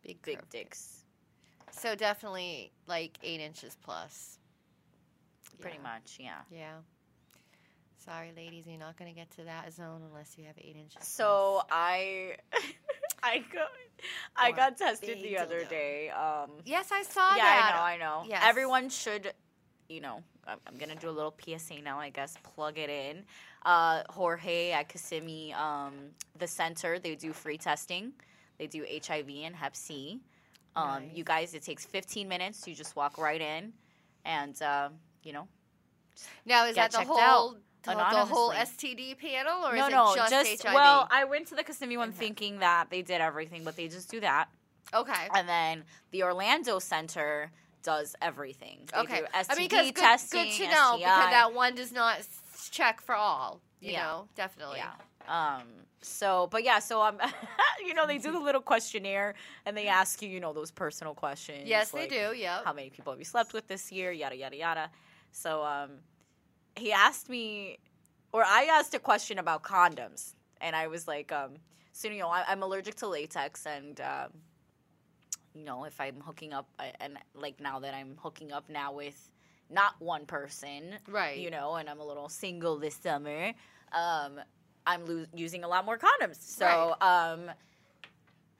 B: Big,
A: big
B: curve.
A: dicks,
B: So definitely like eight inches plus.
A: pretty
B: Yeah.
A: much. Yeah.
B: Yeah. Sorry, ladies, you're not gonna get to that zone unless you have eight inches.
A: So I, I got, I
B: Or
A: got tested
B: big
A: the other
B: dildo.
A: day. Um,
B: plus. yes, I saw
A: yeah,
B: that.
A: I know, I know.
B: Yes.
A: Everyone should, you know, I'm, I'm gonna do a little PSA now, I guess. Plug it in. Uh, Jorge at Kissimmee, um, the center, they do free testing. They do HIV and Hep C. Um, You
B: Nice.
A: guys, it takes 15 minutes. You just walk right in, and uh, you know,
B: Now is
A: Get
B: that the
A: checked
B: whole the, the whole
A: anonymously.
B: STD panel, or
A: no,
B: is
A: no,
B: it just, HIV?
A: well, I went to the Kissimmee one
B: And Hep.
A: thinking that they did everything, but they just do that.
B: okay.
A: And then the Orlando Center does everything. They
B: Okay.
A: do
B: I
A: STD
B: mean, because good,
A: testing,
B: good to know because
A: STI.
B: that one does not s- check for all. You
A: Yeah.
B: know, definitely.
A: yeah. Um. So, but yeah. So I'm. you know, they do the little questionnaire and they ask you, you know, those personal questions.
B: Yes,
A: like,
B: they do. Yep.
A: How many people have you slept with this year? Yada yada yada. So, um, he asked me, or I asked a question about condoms, and I was like, um, so you know, I, I'm allergic to latex, and um, you know, if I'm hooking up, I- and like now that I'm hooking up now with not one person,
B: right.
A: you know, and I'm a little single this summer, um, I'm lo- using a lot more condoms. So, um,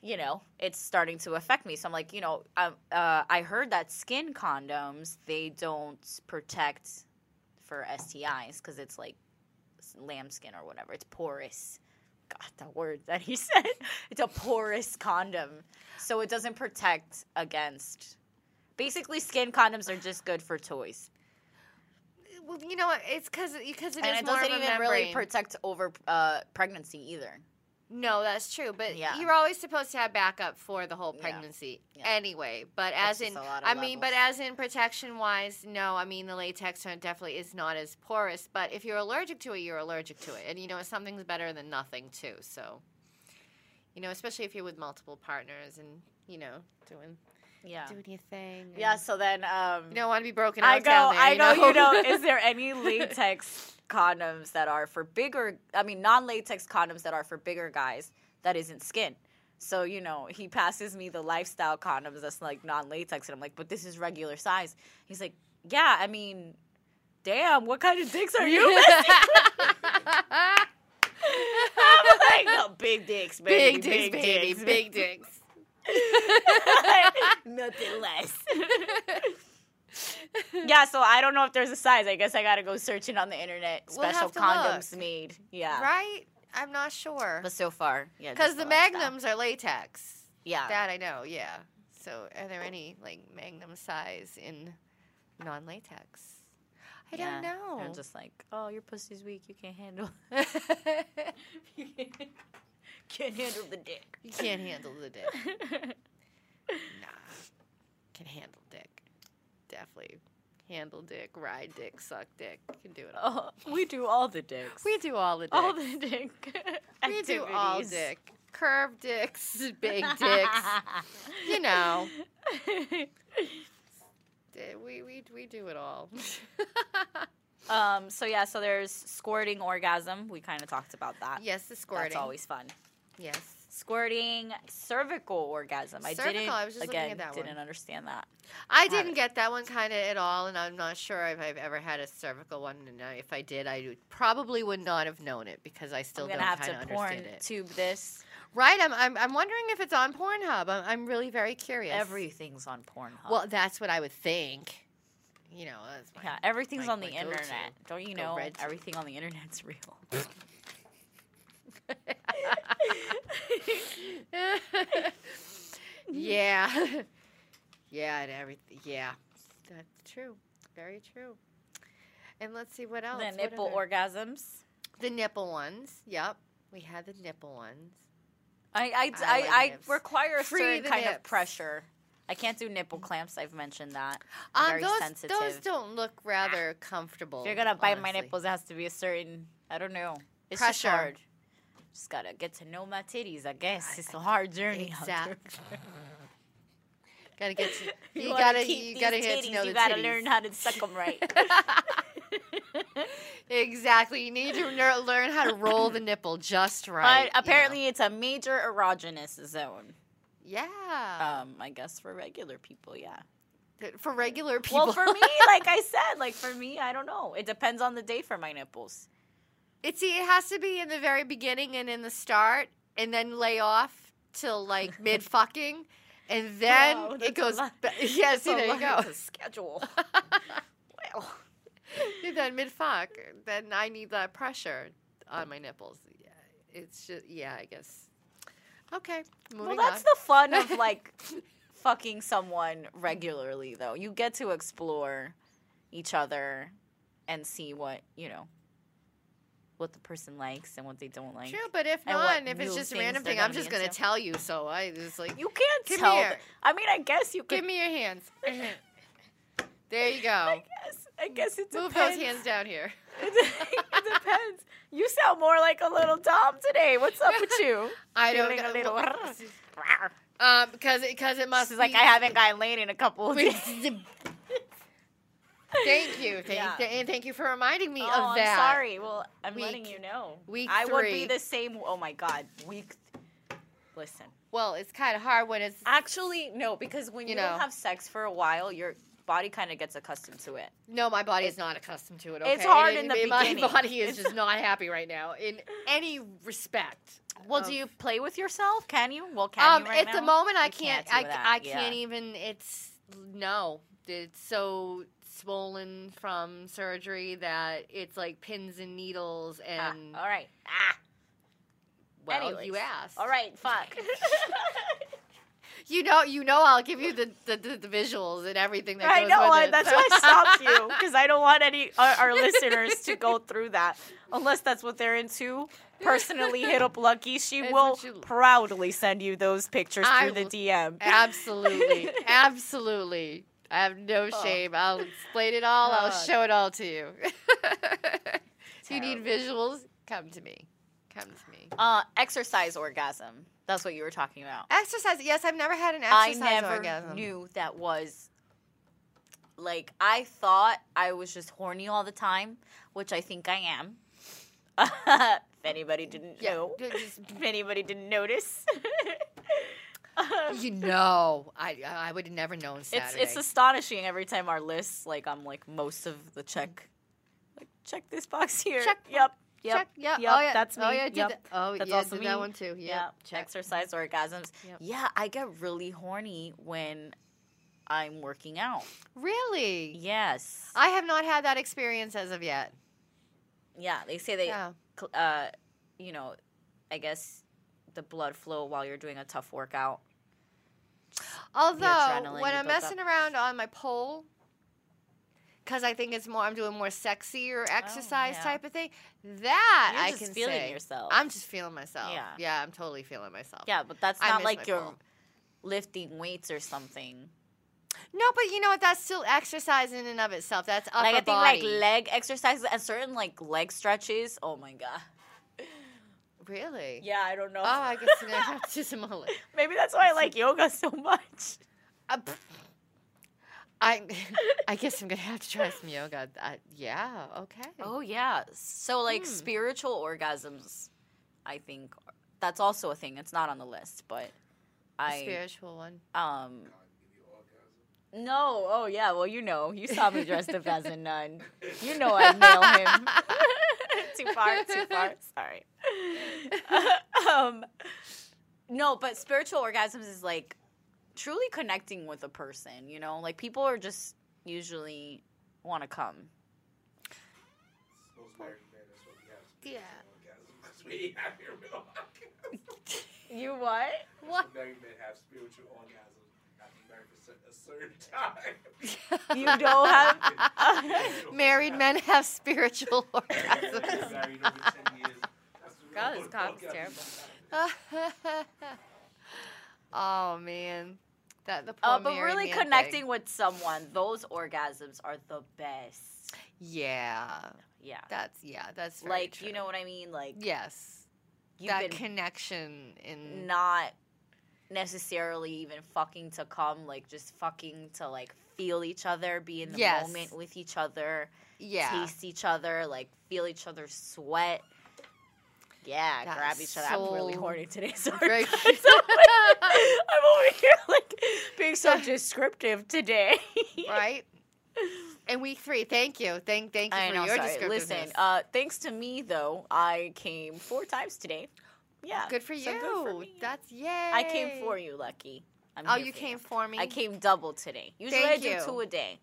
A: you know, it's starting to affect me. So I'm like, you know, um, uh, I heard that skin condoms, they don't protect for STIs because it's like s- lambskin or whatever. It's porous. God, that word that he said. It's a porous condom. So it doesn't protect against. Basically, skin condoms are just good for toys.
B: Well, you know, what, it's because because it
A: and
B: is
A: it
B: more
A: doesn't
B: of a
A: even really
B: membrane.
A: protect over uh, pregnancy either.
B: No, that's true. But
A: Yeah.
B: you're always supposed to have backup for the whole
A: Yeah.
B: pregnancy
A: Yeah.
B: anyway. But
A: That's
B: as
A: just
B: in,
A: a lot
B: I
A: of
B: mean, but as in protection wise, no, I mean, the latex one definitely is not as porous. But if you're allergic to it, you're allergic to it. And, you know, something's better than nothing, too. So, you know, especially if you're with multiple partners and, you know, doing
A: Yeah.
B: doing your thing. and
A: Yeah. So then, um,
B: You don't want to be broken out
A: I go.
B: down there,
A: I
B: you
A: know.
B: know,
A: You know. is there any latex condoms that are for bigger? I mean, non-latex condoms that are for bigger guys that isn't skin. So you know, he passes me the lifestyle condoms that's like non-latex, and I'm like, but this is regular size. He's like, yeah. I mean, damn. What kind of dicks are you? missing?" I'm like, "Oh, big dicks, baby.
B: big dicks, baby, big dicks.
A: Nothing less. yeah, so I don't know if there's a size. I guess I gotta go searching on the internet.
B: We'll have
A: Special
B: to
A: condoms
B: look.
A: made. Yeah.
B: Right? I'm not sure.
A: But so far, yeah.
B: Because
A: just
B: the
A: lifestyle.
B: magnums are latex.
A: Yeah.
B: That I know, yeah. So are there any like magnum size in non latex? I
A: yeah.
B: don't know.
A: They're just like, oh, your pussy's weak. You can't handle. you can't handle the dick.
B: you can't handle the dick. Nah. Can handle dick. Definitely. Handle dick, ride dick, suck dick. Can do it all.
A: oh, we do all the dicks.
B: We do all the dick.
A: all the dick.
B: we do all
A: activities.
B: dick. Curved dicks, big dicks. You know. Di- we, we, we do it all.
A: Um, so yeah, so there's squirting orgasm. We kind of talked about that.
B: yes, the squirting.
A: That's always fun.
B: Yes.
A: Squirting, cervical orgasm. I
B: Cervical,
A: didn't.
B: I was just looking
A: again,
B: at that one.
A: didn't understand that.
B: I
A: have
B: didn't
A: it.
B: get that one kind of at all, and I'm not sure if I've ever had a cervical one. And I- if I did, I would- probably would not have known it because I still
A: I'm
B: don't
A: gonna have
B: kind of
A: to porn
B: understand it.
A: tube this.
B: Right? I'm, I'm I'm wondering if it's on Pornhub. I'm, I'm really very curious.
A: Everything's on Pornhub.
B: well, that's what I would think. You know, that's my,
A: yeah, everything's
B: like
A: on the
B: my go-to.
A: internet. Don't you
B: Go
A: know?
B: red tube.
A: Everything on the internet's real.
B: yeah, yeah, and everything. Yeah, that's true. Very true. And let's see what else.
A: the
B: What
A: nipple
B: other-
A: orgasms.
B: The nipple ones. Yep. We had the nipple ones.
A: I I
B: like
A: I, I
B: nips.
A: require a
B: Free
A: certain
B: the
A: kind of
B: nips.
A: pressure. I can't do nipple clamps. I've mentioned that. I'm
B: Um,
A: very
B: those,
A: sensitive.
B: those don't look rather comfortable.
A: If you're gonna bite my
B: Oh, honestly.
A: nipples, it has to be a certain. I don't know. It's
B: Pressure.
A: just hard. Just gotta get to know my titties. I guess it's a hard journey. out there.
B: Exact- Gotta get to, you,
A: wanna
B: gotta
A: keep
B: you
A: these
B: gotta get
A: titties,
B: to know
A: You
B: the
A: gotta
B: titties.
A: learn how to suck them right.
B: Exactly. You need to ner- learn how to roll the nipple just right.
A: But
B: you know?
A: apparently, it's a major erogenous zone.
B: yeah.
A: Um, I guess for regular people, yeah.
B: Th- for regular people.
A: Well, for me, like I said, like for me, I don't know. It depends on the day for my nipples.
B: It see, it has to be in the very beginning and in the start, and then lay off till like mid fucking, and then
A: Wow, that's a
B: it goes.
A: lot.
B: Ba- yeah, see, there you go.
A: schedule. wow.
B: And then mid fuck, then I need that pressure on my nipples. Yeah, it's just yeah, I guess. Okay,
A: Well,
B: moving
A: that's
B: on.
A: the fun of like fucking someone regularly, though. You get to explore each other and see what you know, what the person likes and what they don't like.
B: True, but if
A: and what
B: not, if it's
A: new
B: just a
A: things
B: random
A: they're
B: thing, I'm
A: gonna be
B: just gonna
A: into.
B: tell you. So I just like,
A: You can't
B: Give me
A: tell.
B: your-
A: th- I mean, I guess you could.
B: give me your hands. there you go.
A: I guess. I guess it
B: Move
A: depends.
B: those hands down here.
A: it depends. You sound more like a little Tom today. What's up with you?
B: I don't
A: Feeling a
B: know.
A: little-
B: Um, because it, cause it must
A: She's
B: be
A: like, I haven't gotten laid in a couple of days.
B: Thank you. Thank,
A: Yeah.
B: th- and thank you for reminding me
A: oh,
B: of that.
A: I'm sorry. Well, I'm
B: Week-
A: letting you know.
B: week
A: I would
B: three.
A: be the same. Oh my God. Week. th- Listen.
B: Well, it's kind of hard when it's
A: Actually, no, because when
B: You
A: you,
B: know.
A: don't have sex for a while, your body kind of gets accustomed to it.
B: no, my body is not accustomed to it. Okay?
A: it's hard in
B: I
A: the
B: mean, my
A: beginning.
B: body is
A: It's-
B: just not happy right now in any respect.
A: Well,
B: of-
A: do you play with yourself? Can you? Well, can
B: Um,
A: you right
B: at
A: now?
B: the moment, I
A: You
B: can't.
A: can't do that,
B: I, I
A: yeah.
B: can't even. It's no. It's so swollen from surgery that it's like pins and needles
A: Ah,
B: and
A: all right. Ah,
B: well, you
A: anyways.
B: asked.
A: All right. Fuck.
B: You know, you know, I'll give you the the, the, the visuals and everything that
A: I
B: goes
A: know.
B: with
A: I,
B: it,
A: that's
B: so-
A: why I stopped you because I don't want any our, our listeners to go through that unless that's what they're into. Personally, hit up Lucky. She
B: That's
A: will
B: what you-
A: proudly send you those pictures
B: I
A: through the
B: will-
A: DM.
B: Absolutely, absolutely. I have no
A: Oh.
B: shame. I'll explain it all. I'll
A: God.
B: show it all to you. if you need
A: Terrible.
B: visuals, come to me. Come to me.
A: Uh, exercise orgasm. That's what you were talking about.
B: Exercise. Yes, I've never had an
A: I
B: exercise
A: never
B: orgasm.
A: knew that was like I thought I was just horny all the time, which I think I am. if anybody didn't
B: Yeah,
A: know,
B: d- just-
A: if anybody didn't notice, Um,
B: You know, I I would have never known
A: it's
B: Saturday.
A: it's astonishing every time our list like I'm like most of the check, like check this box here.
B: Check.
A: Yep. Yep.
B: Check, yep.
A: Yep.
B: oh, yeah.
A: That's me.
B: Oh, yeah. I did
A: yep.
B: that. Oh,
A: That's
B: yeah, I
A: also
B: did
A: me.
B: that one too.
A: Yeah,
B: Yeah.
A: exercise orgasms.
B: Yep.
A: Yeah, I get really horny when I'm working out.
B: Really?
A: Yes.
B: I have not had that experience as of yet.
A: yeah, they say they,
B: Yeah.
A: cl- uh, you know, I guess the blood flow while you're doing a tough workout.
B: Although
A: adrenaline
B: when
A: you
B: I'm
A: built up.
B: messing around on my pole, because I think it's more, I'm doing more sexier exercise
A: Oh, yeah.
B: type of thing. That
A: You're
B: I
A: just
B: can
A: feeling
B: say.
A: yourself.
B: I'm just feeling myself.
A: Yeah.
B: I'm totally feeling myself.
A: yeah, but that's
B: I
A: not
B: miss my
A: like you're
B: pole.
A: lifting weights or something.
B: No, but you know what? That's still exercise in and of itself. That's upper
A: like I think like
B: body.
A: leg exercises and certain like leg stretches. Oh my god.
B: really?
A: Yeah, I don't know.
B: Oh, I guess I'm gonna have to do some more. leg-
A: Maybe that's why I like yoga so much.
B: Uh, pff. I, I guess I'm gonna have to try some yoga. I, yeah. Okay.
A: Oh yeah. So like
B: Hmm.
A: spiritual orgasms, I think that's also a thing. It's not on the list, but I
B: spiritual one.
A: um
C: God, give you orgasm.
A: no. Oh yeah. Well, you know, you saw me dressed up as a nun. You know, I nail him. too far. Too far. Sorry. um, no, but spiritual orgasms is like truly connecting with a person. You know, like people are just usually want to come.
C: Those married men, that's what we have.
B: Yeah.
C: Orgasm. That's what we have here. real orgasm.
A: You what?
B: What?
C: Married men have spiritual orgasm. After you're married for a certain time.
A: You don't have.
B: Um,
A: Uh,
B: Married men have spiritual
C: Married
B: orgasms.
C: over 10 years. That's the
A: God,
C: real
A: this cock is
C: orgasm.
B: oh man, that the poor
A: Uh, but
B: married
A: really
B: man thing.
A: connecting with someone, those orgasms are the best.
B: Yeah,
A: Yeah.
B: that's yeah, that's very
A: like,
B: true.
A: you know what I mean? Like,
B: Yes,
A: you've
B: that
A: been
B: connection in
A: not necessarily even fucking to come, like, just fucking to, like, feel each other, be in the
B: Yes.
A: moment with each other,
B: Yeah.
A: taste each other, like feel each other's sweat. Yeah,
B: That
A: grab
B: is
A: each other. I'm really
B: so
A: horny today. Sorry.
B: Very-
A: guys. I'm over here like being so descriptive today.
B: right? And week three, thank you, thank thank you
A: I
B: for
A: know.
B: your
A: Sorry.
B: descriptiveness.
A: Listen, uh, thanks to me though, I came four times today. Yeah.
B: good for you.
A: so Good for me.
B: That's yay.
A: I came for you, Lucky. I'm
B: Oh,
A: here
B: you
A: for
B: came for me.
A: I came double today. Usually
B: Thank
A: I do
B: you.
A: two a day.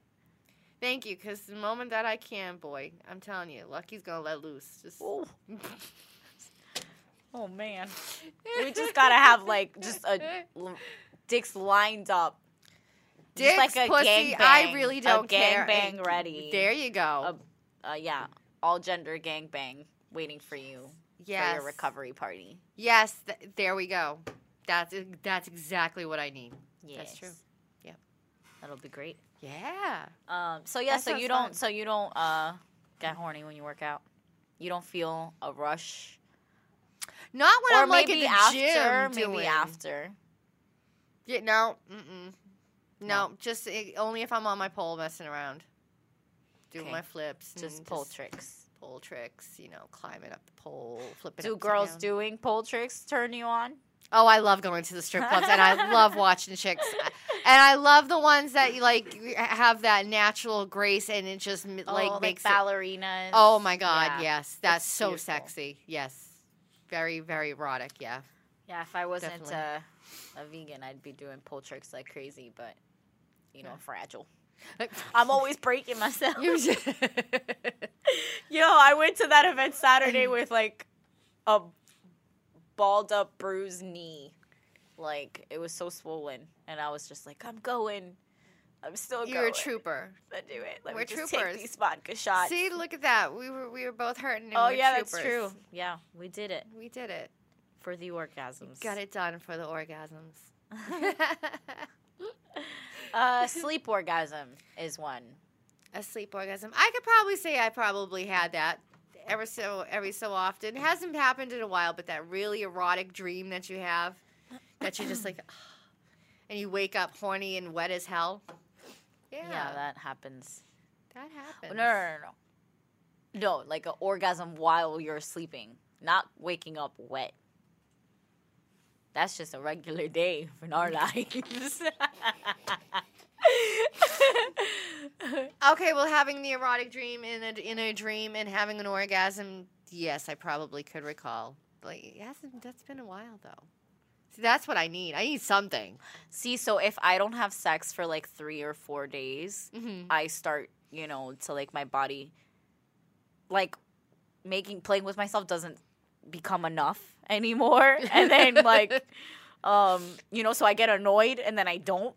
B: Thank you, because the moment that I can, boy, I'm telling you, Lucky's gonna let loose. Just
A: Ooh. Oh man. We just gotta have like just a l- dicks lined up.
B: Dicks,
A: just like a
B: pussy,
A: gang
B: I really don't
A: a gang
B: care.
A: Bang
B: And
A: ready.
B: There you go.
A: uh, yeah, all gender gang bang waiting for you
B: yes.
A: for your recovery party.
B: Yes, th- there we go. That's e, that's exactly what I need.
A: Yes.
B: true. Yep.
A: That'll be great.
B: Yeah.
A: Um, so yeah,
B: That
A: so
B: sounds
A: you don't
B: fun.
A: so you don't uh, get horny when you work out. You don't feel a rush,
B: Not when
A: or
B: I'm like
A: maybe
B: in the
A: after,
B: gym
A: maybe
B: doing.
A: after.
B: Yeah, no, mm-mm. no, just eh, only if I'm on my pole messing around, doing
A: Okay.
B: my flips,
A: Just
B: and
A: pole tricks.
B: pole tricks, you know, climbing up the pole, flipping.
A: Do
B: upside
A: girls
B: down.
A: doing pole tricks turn you on?
B: Oh, I love going to the strip clubs, and I love watching chicks, and I love the ones that like have that natural grace, and it just m- like Oh, makes it.
A: ballerinas.
B: Oh my god,
A: Oh, yeah.
B: yes, that's
A: It's
B: so
A: beautiful.
B: sexy. Yes, very very erotic. Yeah,
A: Yeah, if I wasn't
B: Definitely.
A: uh, a vegan, I'd be doing pole tricks like crazy. But you know,
B: Yeah.
A: I'm fragile. I'm always breaking myself.
B: You just-
A: Yo, I went to that event Saturday with like a balled up, bruised knee. Like it was so swollen, and I was just like, I'm going. I'm still
B: you're a
A: going.
B: trooper.
A: I do it. Let
B: We're
A: me just
B: troopers.
A: Take these vodka shots.
B: See, look at that. We were we were both hurting. And
A: oh
B: we're
A: yeah, that's true.
B: troopers.
A: Yeah, we did it
B: We did it.
A: for the orgasms.
B: Got it done for the orgasms.
A: Uh, sleep orgasm is one.
B: a sleep orgasm. I could probably say I probably had that ever so every so often. It hasn't happened in a while, but that really erotic dream that you have that you're just like and you wake up horny and wet as hell. Yeah.
A: Yeah, that happens.
B: that happens.
A: No, no, no, no, no. No, like an orgasm while you're sleeping, not waking up wet. That's just a regular day in our lives.
B: Okay, well having the erotic dream in a in a dream and having an orgasm, yes, I probably could recall. But it hasn't that's been a while though. See, that's what I need. I need something.
A: See, so if I don't have sex for like three or four days,
B: Mm-hmm.
A: I start, you know, to like my body, like making playing with myself doesn't become enough anymore, and then like, um, you know, so I get annoyed, and then I don't.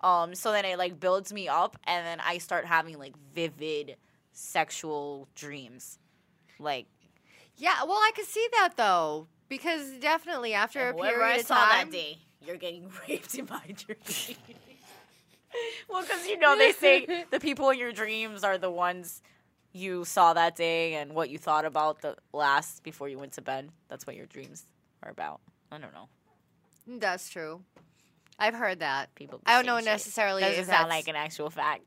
A: Um, so then it like builds me up, and then I start having like vivid sexual dreams, like
B: Yeah, well, I could see that though, because definitely after a period
A: whoever I
B: of
A: saw
B: time,
A: that day, you're getting raped in my dream. well, because you know they say the people in your dreams are the ones you saw that day and what you thought about the last before you went to bed. That's what your dreams are about. I don't know.
B: Mm, that's true. I'i've heard that.
A: People. be
B: I don't
A: saying
B: know
A: shit.
B: necessarily
A: Doesn't
B: if
A: sound
B: that's-
A: like an actual fact.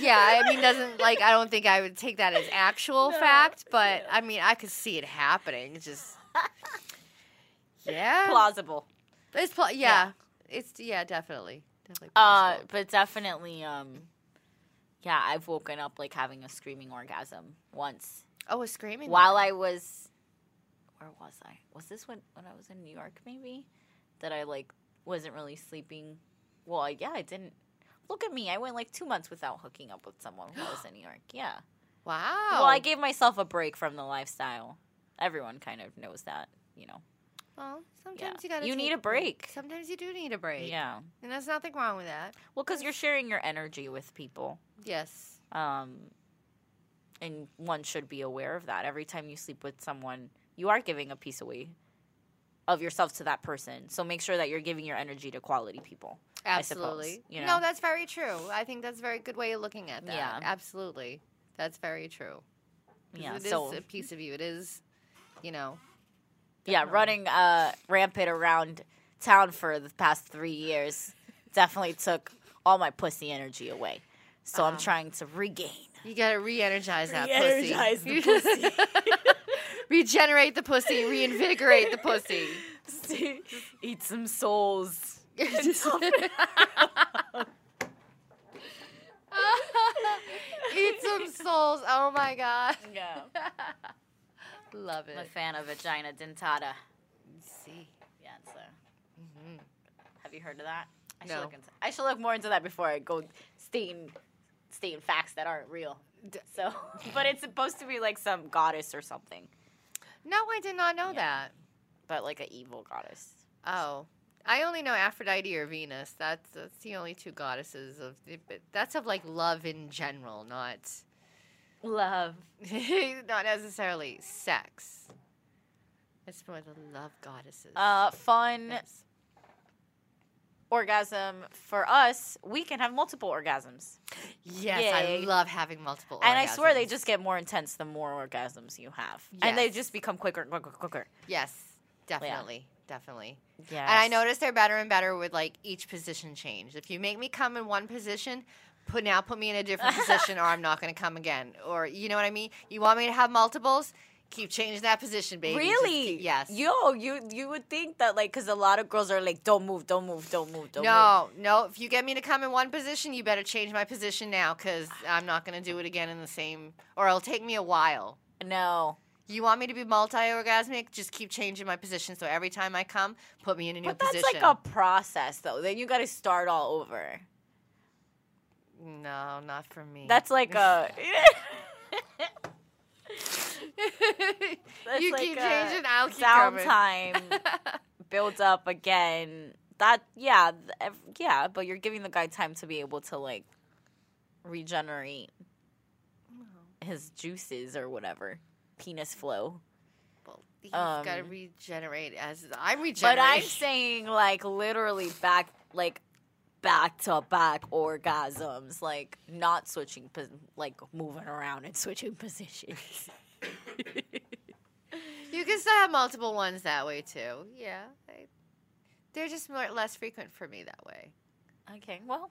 B: Yeah, I mean, doesn't like I don't think I would take that as actual
A: No,
B: fact, but
A: no.
B: I mean, I could see it happening. It's just yeah,
A: plausible.
B: It's pl- yeah. it's yeah, definitely, definitely.
A: Uh,
B: plausible.
A: but definitely, um, yeah, I've woken up like having a screaming orgasm once.
B: oh, a screaming
A: while
B: one.
A: I was, where was I? Was this when when I was in New York? Maybe that I like wasn't really sleeping. Well, I- yeah, I didn't. Look at me! I went like two months without hooking up with someone who was in New York. Yeah.
B: wow.
A: Well, I gave myself a break from the lifestyle. Everyone kind of knows that, you know.
B: Well, sometimes you gotta.
A: You need
B: take
A: a break.
B: Sometimes you do need a break.
A: Yeah.
B: and there's nothing wrong with that.
A: Well, because you're sharing your energy with people.
B: Yes.
A: Um, and one should be aware of that. Every time you sleep with someone, you are giving a piece away of yourself to that person. So make sure that you're giving your energy to quality people. I suppose,
B: Absolutely.
A: you
B: No,
A: know?
B: that's very true. I think that's a very good way of looking at that.
A: Yeah.
B: Absolutely. That's very true. 'Cause
A: Yeah.
B: It is
A: So
B: a piece of you. It is, you know.
A: yeah,
B: definitely.
A: running uh, rampant around town for the past three years definitely took all my pussy energy away. So I'm
B: Uh-huh.
A: trying to regain.
B: You gotta re-energize that
A: Re-energize
B: pussy.
A: the pussy.
B: Regenerate the pussy. Reinvigorate the pussy.
A: Eat some souls.
B: Eat some souls. Oh my god.
A: Yeah.
B: Love
A: I'm a
B: it.
A: fan of vagina dentata.
B: See.
A: Yeah, so. Have you heard of that? I should
B: Mm-hmm. No.
A: look into. I should look more into that before I go stating stating facts that aren't real.
B: D-
A: So, but it's supposed to be like some goddess or something,
B: No, I did not know that.
A: but like an evil goddess.
B: Oh. I only know Aphrodite or Venus. That's that's the only two goddesses of but that's of like love in general, not
A: Love.
B: not necessarily sex. It's more the love goddesses.
A: Uh, fun
B: Yes.
A: orgasm for us. We can have multiple orgasms,
B: Yes,
A: Yay.
B: I love having multiple.
A: and I swear they
B: orgasms.
A: just get more intense the more orgasms you have, and they
B: Yes.
A: just become quicker, and quicker, quicker.
B: yes, definitely, definitely.
A: Yeah.
B: And I notice they're better and better with like each position change. If you make me come in one position, put now put me in a different position, or I'm not going to come again. Or you know what I mean? You want me to have multiples? Keep changing that position, baby. Just
A: Really?
B: keep- yes.
A: Yo, you you would think that like because a lot of girls are like, don't move, don't move, don't move, don't move.
B: no, no. If you get me to come in one position, you better change my position now because I'm not going to do it again in the same, or it'll take me a while.
A: No.
B: You want me to be multi-orgasmic? Just keep changing my position. So every time I come, put me in a new
A: But that's
B: position.
A: like a process, though. Then you got to start all over.
B: no, not for me.
A: That's like a.
B: you
A: like
B: keep
A: a
B: changing. I'll keep
A: downtime
B: coming.
A: builds up again. That yeah th- ev- yeah, but you're giving the guy time to be able to like regenerate his juices or whatever penis flow.
B: Well, He's gotta
A: Um,
B: regenerate as I'm
A: But
B: regenerating.
A: I'm saying like literally back like back to back orgasms, like not switching pos- like moving around and switching positions.
B: you can still have multiple ones that way too. Yeah, I, they're just more less frequent for me that way.
A: okay, well,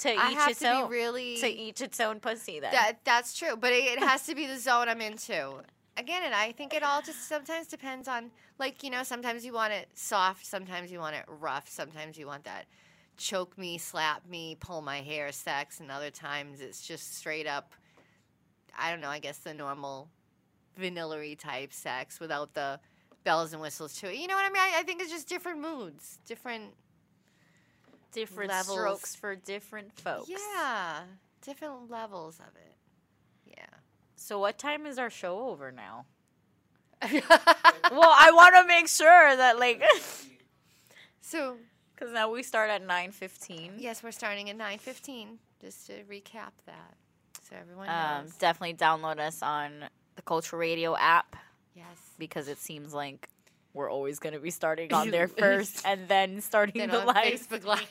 A: to
B: I
A: each
B: have
A: its
B: to
A: own.
B: be really
A: to each its own pussy then.
B: That that's true, but it, it has to be the zone I'm into. Again, and I think it all just sometimes depends on like you know sometimes you want it soft, sometimes you want it rough, sometimes you want that choke me, slap me, pull my hair sex, and other times it's just straight up. I don't know. I guess the normal vanilla type sex without the bells and whistles to it. You know what I mean? I, I think it's just different moods, different
A: different
B: levels.
A: strokes for different folks.
B: yeah, different levels of it. Yeah.
A: So what time is our show over now?
B: so
A: well, I want to make sure that like cuz now we start at 9:15.
B: yes, we're starting at nine fifteen. Just to recap that, so everyone
A: Um,
B: knows.
A: definitely download us on the Culture Radio app
B: Yes.
A: because it seems like we're always going to be starting on there first and then starting
B: Then
A: the
B: on
A: live.
B: Facebook Live.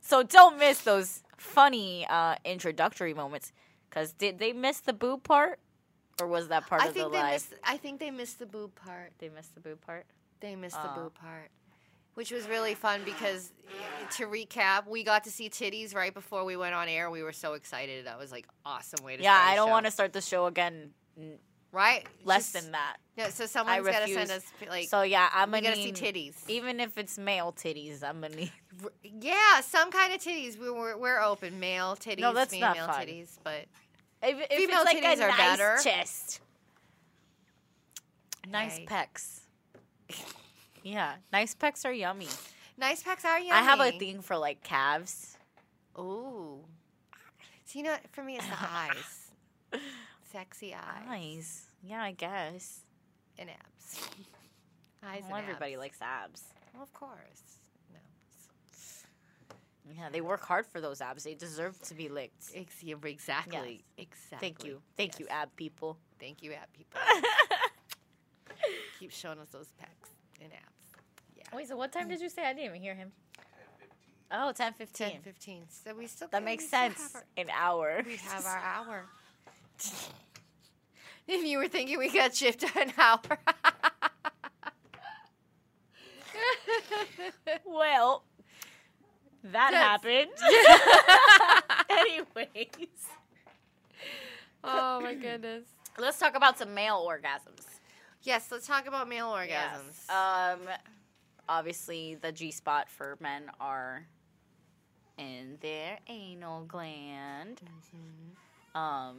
A: So don't miss those funny uh, introductory moments. Because did they miss the boob part, or was that part
B: I
A: of the
B: think they
A: live?
B: missed. I think they missed the boob part.
A: they missed the boob part.
B: They missed
A: Aw.
B: the boob part, which was really fun because eh, to recap, we got to see titties right before we went on air. We were so excited. That was like awesome way to.
A: Yeah,
B: start a
A: I don't
B: show.
A: want to start the show again n-
B: Right.
A: less
B: Just-
A: than that.
B: No, so someone's got to
A: refuse.
B: send us like.
A: so yeah, I'm
B: we
A: gonna
B: gotta
A: need,
B: see titties.
A: Even if it's male titties, I'm gonna need.
B: R- Yeah, some kind of titties. We were we're open. Male titties,
A: No, that's
B: female
A: not fun.
B: titties, but
A: If, if
B: Female
A: it's like
B: titties
A: a
B: are
A: nice
B: better.
A: chest, nice
B: Hey.
A: pecs. yeah, nice pecs are yummy.
B: nice packs are yummy.
A: I have a thing for like calves.
B: Ooh. So you know what? For me, it's the eyes. Sexy eyes.
A: Nice. Yeah, I guess.
B: And abs. Eyes
A: Well,
B: and
A: everybody
B: abs.
A: likes abs.
B: Well, of course. No.
A: Yeah, they work hard for those abs. They deserve to be licked.
B: Ex- Exactly. Exactly.
A: Thank you. Thank you,
B: Yes.
A: ab people.
B: Thank you, ab people. Keep showing us those pecs and abs.
A: Wait, so what time did you say? I didn't even hear him. Oh, 10 15.
B: 10, 15. So we still
A: That
B: can-
A: makes
B: we still have
A: sense.
B: our-
A: An hour.
B: We have our hour. if you were thinking we got shipped an hour.
A: Well, that
B: That's-
A: happened. Anyways.
B: Oh my goodness.
A: Let's talk about some male orgasms.
B: Yes, let's talk about male orgasms.
A: Yes. Um, obviously, the G spot for men are in their anal gland.
B: Mm-hmm.
A: Um,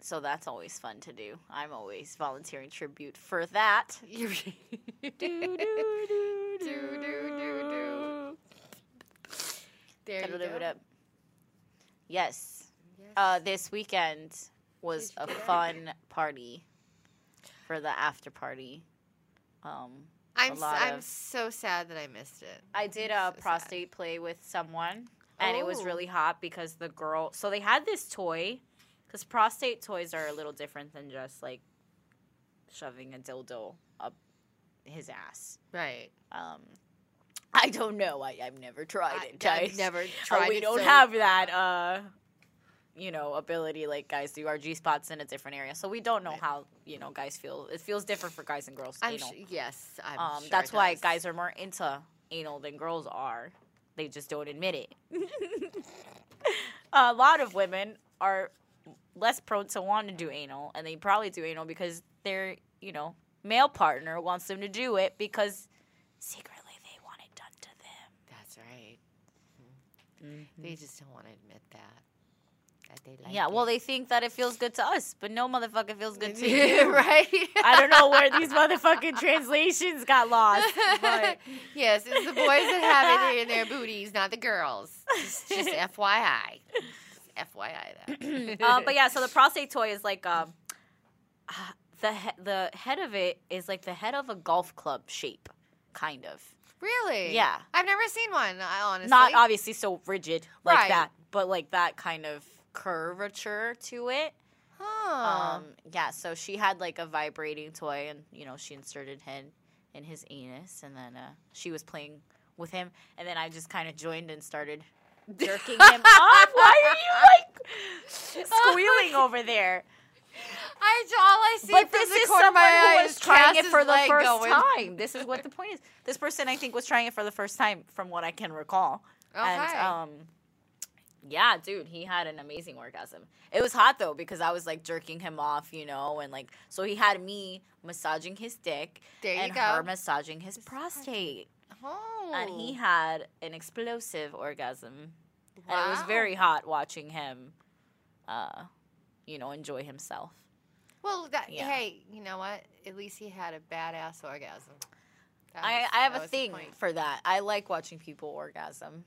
A: so that's always fun to do. I'm always volunteering tribute for that.
B: do, do, do, do, do. There you
A: Gotta live
B: go.
A: it up. Yes.
B: Yes.
A: Uh, this weekend was
B: Did you
A: a
B: do that?
A: fun party for the after party. Um,
B: I'm
A: a
B: s-
A: lot
B: I'm
A: of-
B: so sad that I missed it.
A: I did a
B: I'm so sad.
A: prostate play with someone, and it was
B: Oh.
A: really hot because the girl. So they had this toy, because prostate toys are a little different than just like shoving a dildo up his ass.
B: Right.
A: Um, I don't know. I, I've never tried
B: I,
A: it.
B: I've
A: guys.
B: never
A: Uh,
B: tried.
A: we
B: it,
A: don't
B: so-
A: have that. Uh, you know, ability like guys do. Our G spots in a different area, so we don't know
B: Right.
A: how you know guys feel. It feels different for guys and girls.
B: I'm
A: you know.
B: su- yes. I'm
A: Um,
B: sure
A: that's
B: it
A: why
B: does.
A: guys are more into anal than girls are. They just don't admit it. a lot of women are less prone to want to do anal, and they probably do anal because their, you know, male partner wants them to do it because secretly they want it done to them.
B: That's right. They just don't want to admit that that they like.
A: Mm-hmm. yeah, well,
B: it.
A: they think that it feels good to us, but no motherfucker feels good to
B: Yeah,
A: you.
B: right?
A: I don't know where these motherfucking translations got lost, but
B: yes, it's the boys that have it in their booties, not the girls. Just, just FYI. Just FYI that.
A: um, but yeah, so the prostate toy is like um, the he- the head of it is like the head of a golf club shape, kind of.
B: Really?
A: Yeah.
B: I've never seen one, I- honestly.
A: Not obviously so rigid like
B: Right.
A: that, but like that kind of curvature to it.
B: Huh.
A: Um, yeah, so she had like a vibrating toy, and you know she inserted him in his anus, and then uh, she was playing with him, and then I just kind of joined and started jerking him off. Why are you like squealing over there?
B: I, all I see
A: But
B: from
A: this
B: the
A: is
B: corner of
A: someone
B: my eye
A: who
B: is
A: was trying it
B: Cass's
A: for the
B: leg
A: first
B: going.
A: time. This is what the point is. This person, I think, was trying it for the first time, from what I can recall. And
B: Okay.
A: um, yeah, dude, he had an amazing orgasm. It was hot though because I was like jerking him off, you know, and like so he had me massaging his dick
B: There you
A: and
B: go.
A: her massaging his prostate,
B: oh.
A: and he had an explosive orgasm. And it was
B: Wow.
A: very hot watching him, uh, you know, enjoy himself.
B: Well, that,
A: Yeah.
B: hey, you know what? At least he had a badass orgasm. That
A: I,
B: was-
A: I have
B: that
A: a
B: was the
A: thing
B: point.
A: for that. I like watching people orgasm.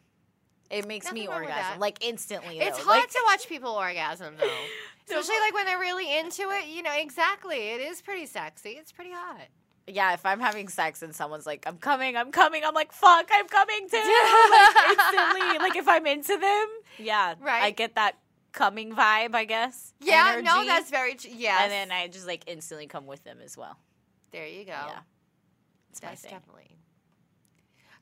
A: It makes me
B: Nothing wrong with
A: orgasm
B: that.
A: like instantly.
B: It's
A: though.
B: hard
A: Like,
B: to watch people orgasm though. Especially like when they're really into it, you know, exactly. It is pretty sexy. It's pretty hot.
A: yeah, if I'm having sex and someone's like, "I'm coming, I'm coming," I'm like, "Fuck, I'm coming too!" like, instantly, like if I'm into them, yeah,
B: Right.
A: I get that coming vibe, I guess.
B: Yeah, no,
A: energy,
B: that's very true. Yes.
A: And then I just like instantly come with them as well.
B: there you go.
A: Yeah, it's my
B: Oh. that's
A: thing.
B: definitely.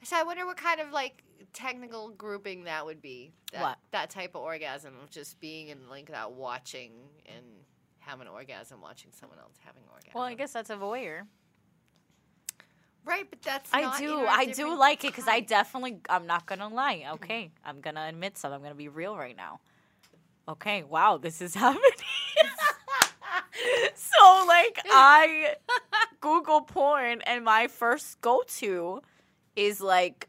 B: So I wonder what kind of like technical grouping that would be. That,
A: What?
B: That type of orgasm of just being in like that watching and having an orgasm, watching someone else having an orgasm.
A: Well, I guess that's a voyeur.
B: Right, but that's
A: I
B: not
A: do.
B: inter-
A: I do
B: different
A: like it because I
B: type. Mm-hmm.
A: definitely. I'm not gonna lie. Okay, I'm gonna admit some. I'm gonna be real right now. Okay. Wow, this is happening. so like, I Google porn, and my first go to is like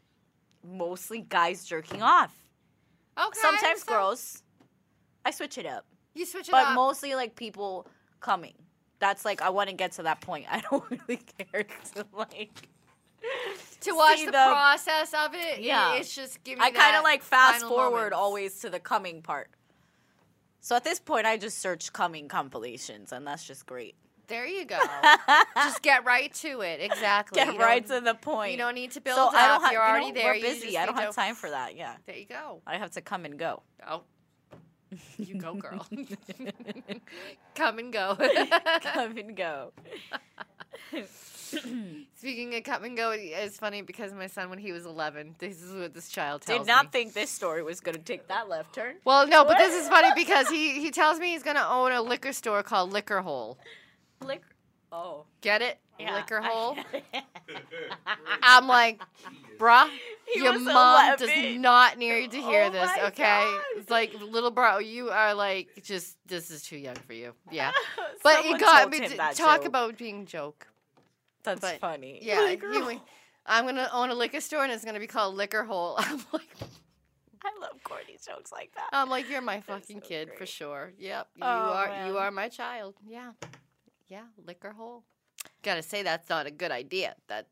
A: mostly guys jerking off.
B: Okay,
A: Sometimes
B: so
A: girls. I switch it up,
B: You switch it
A: but
B: up.
A: mostly like people coming. That's like I want to get to that point. I don't really care to like.
B: to watch
A: see
B: the,
A: the-
B: process of it.
A: Yeah.
B: Yeah, it's just giving.
A: I kind of like fast forward
B: always.
A: always to the coming part. So at this point, I just search coming compilations, and that's just great.
B: There you go. just get right to it. Exactly.
A: Get
B: You
A: right
B: don't-
A: to the point.
B: You don't need to build
A: so
B: up.
A: I don't have.
B: You're
A: you know,
B: already there.
A: We're
B: You
A: busy.
B: just
A: I don't
B: need
A: have
B: to-
A: time for that. Yeah,
B: There you go.
A: I have to come and go.
B: Oh, you go, girl. come and go.
A: come and go.
B: Speaking of come and go, it's funny because my son, when he was 11, this is what this child tells
A: Did not
B: me.
A: think this story was going to take that left turn.
B: Well, no, but this is funny because he he tells me he's gonna own a liquor store called Liquor Hole.
A: Lick. Oh,
B: Get it?
A: yeah.
B: Liquor Hole.
C: Where is
B: I'm like, bruh,
A: He
B: Your
A: was
B: mom
A: 11.
B: does not need to hear
A: Oh
B: this,
A: my
B: okay?
A: God.
B: It's like little bro, you are like just this is too young for you. Yeah. But
A: Someone
B: it got
A: told
B: me
A: him
B: to
A: that
B: talk
A: joke.
B: about being joke.
A: That's
B: but-
A: funny.
B: Yeah.
A: Like,
B: you-
A: girl,
B: I'm gonna own a liquor store and it's gonna be called Liquor Hole. I'm like
A: I love corny jokes like that.
B: I'm like, you're my
A: That's
B: fucking
A: so
B: kid for
A: great.
B: sure. Yep. You
A: Oh,
B: are
A: man.
B: you are my child. Yeah. Yeah, liquor hole. Gotta say that's not a good idea. That's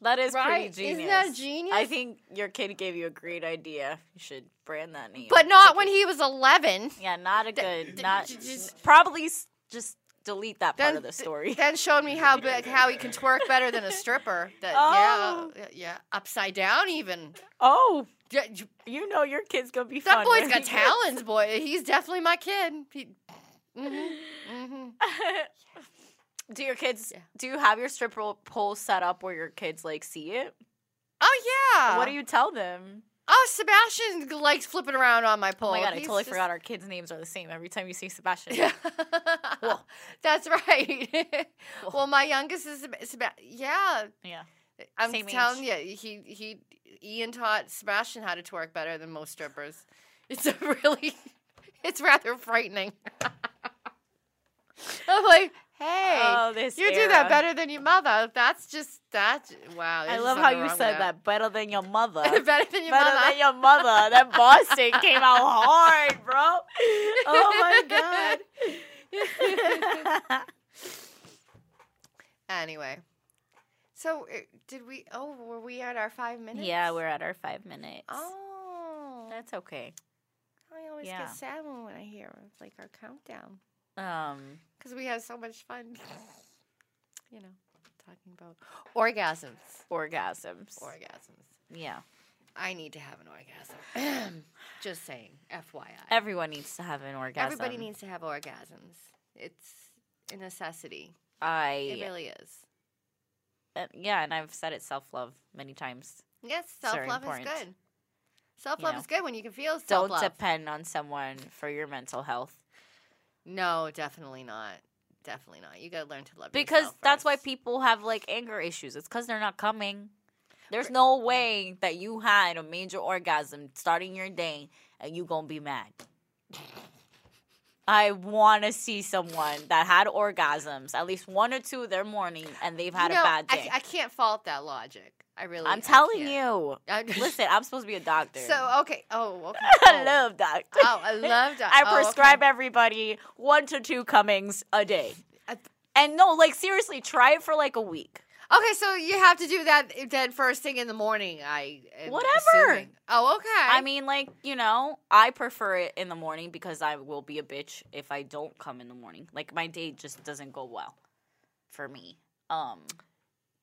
A: that is pretty
B: right.
A: genius.
B: Isn't that genius?
A: I think your kid gave you a great idea. You should brand that name.
B: but not when he was eleven.
A: Yeah, not a
B: Th-
A: good.
B: th-
A: Not
B: j- just-
A: probably s- just delete that part
B: Then
A: of the
B: th-
A: story.
B: Then showed me how big, how he can twerk better than a stripper. That uh,
A: Oh.
B: yeah, yeah, upside down even.
A: oh,
B: Yeah, you-
A: you know your kid's gonna be.
B: that
A: fun when
B: boy's got
A: he
B: talents, boy. He's definitely my kid. He, hmm hmm
A: gets- do your kids?
B: Yeah.
A: Do you have your stripper pole set up where your kids like see it?
B: Oh yeah.
A: what do you tell them?
B: Oh, Sebastian likes flipping around on my pole.
A: Oh my god, I
B: He's
A: totally
B: just-
A: forgot our kids' names are the same every time you see Sebastian.
B: Yeah. That's right. well, my youngest is Seb- Seb- yeah.
A: Yeah.
B: I'm
A: Same
B: telling you, he he Ian taught Sebastian how to twerk better than most strippers. It's a really, it's rather frightening. I'm like, hey,
A: Oh, this
B: you do that
A: era.
B: better than your mother. That's just that. Wow.
A: I
B: there's
A: love how
B: something
A: you
B: wrong
A: said
B: with
A: that. better than your mother.
B: that. better than your
A: better
B: mother.
A: than your mother. That Boston came out hard, bro. Oh my god.
B: anyway, so uh, did we? Oh, were we at our five minutes?
A: yeah, we're at our five minutes.
B: Oh,
A: That's okay.
B: I always
A: yeah.
B: get sad when when I hear like our countdown.
A: Um,
B: because we have so much fun, you know, talking about orgasms.
A: orgasms.
B: Orgasms.
A: yeah,
B: I need to have an orgasm. Just saying, FYI.
A: everyone needs to have an orgasm.
B: Everybody needs to have orgasms. It's a necessity. It
A: I.
B: really is.
A: uh, yeah, and I've said it self love many times.
B: Yes,
A: It's
B: self
A: very
B: love is
A: important.
B: good. Self love
A: know.
B: is good when you can feel self
A: Don't
B: love.
A: depend on someone for your mental health
B: no, definitely not. Definitely not. You gotta learn to love
A: because
B: yourself
A: that's why
B: first.
A: people have like anger issues. It's because they're not coming. There's no way that you had a major orgasm starting your day and you gonna be mad. I want to see someone that had orgasms, at least one or two their morning, and they've had
B: You know,
A: a bad
B: I-
A: day.
B: I, can't fault that logic. I really.
A: I, am telling
B: I
A: you.
B: can't. I-
A: Listen, I'm supposed to be a doctor.
B: So okay. Oh, okay.
A: I
B: Oh.
A: love doctor.
B: Oh, I love doc-
A: I
B: oh, okay.
A: prescribe everybody one to two comings a day.
B: I-
A: And no, like seriously, try it for like a week.
B: Okay, so you have to do that then first thing in the morning. I am
A: Whatever.
B: assuming. Oh, okay.
A: I mean, like, you know, I prefer it in the morning because I will be a bitch if I don't come in the morning. Like my day just doesn't go well for me. Um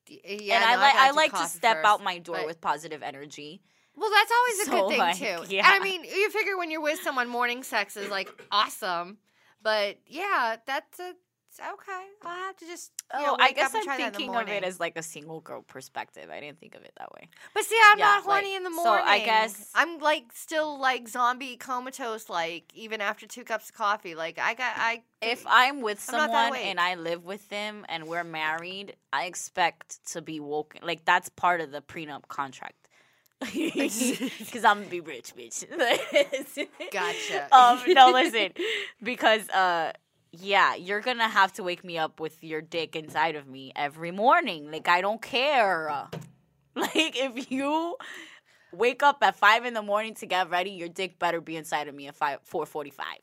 B: D- yeah,
A: and I
B: no, I've
A: like
B: gotta
A: I
B: do
A: like to
B: coffee
A: step
B: first,
A: out my door
B: but-
A: with positive energy.
B: Well, that's always a
A: So,
B: good thing
A: like,
B: too.
A: yeah.
B: I mean, you figure when you're with someone, morning sex is like awesome. But yeah, that's a it's okay. I'll have to just. You know,
A: oh, I
B: wake up
A: guess
B: and
A: I'm
B: try that in the
A: thinking of it
B: morning.
A: as like a single girl perspective. I didn't think of it that way.
B: But see, I'm
A: Yeah,
B: not horny
A: like,
B: in the
A: so I
B: morning.
A: guess-
B: I'm like still like zombie comatose, like even after two cups of coffee. Like I got I
A: If I'm with
B: I'm not that
A: someone
B: awake.
A: and I live with them and we're married, I expect to be woke. Like that's part of the prenup contract. Because I'm gonna be rich, bitch.
B: Gotcha.
A: Um, no, listen, because uh, yeah, you're gonna have to wake me up with your dick inside of me every morning. Like I don't care. Like if you wake up at five in the morning to get ready, your dick better be inside of me at five four forty five.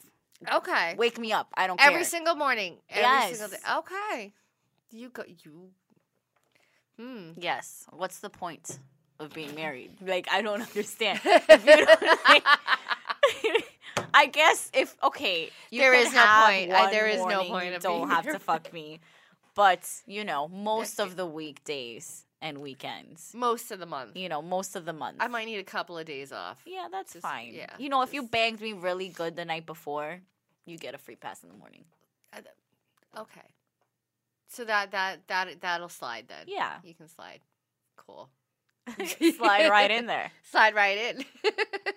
B: okay.
A: Wake me up. I don't care.
B: Every single morning. Every single day.
A: Yes.
B: Okay. You go you Hmm.
A: Yes. What's the point of being married? Like, I don't understand. If you don't, like- I guess if okay, you
B: There
A: could
B: is no
A: have
B: point. I-
A: one
B: there is no
A: morning
B: point
A: You
B: of
A: don't
B: being
A: have to
B: married.
A: fuck me, but you know, most of the weekdays and weekends,
B: Most of the month.
A: you know, most of the month.
B: I might need a couple of days off.
A: yeah, that's
B: just-
A: fine.
B: yeah,
A: you know, if you
B: just-
A: banged me really good the night before, you get a free pass in the morning.
B: Okay. So that that that that'll slide then.
A: Yeah,
B: You can slide. Cool.
A: slide right in there.
B: Slide right in.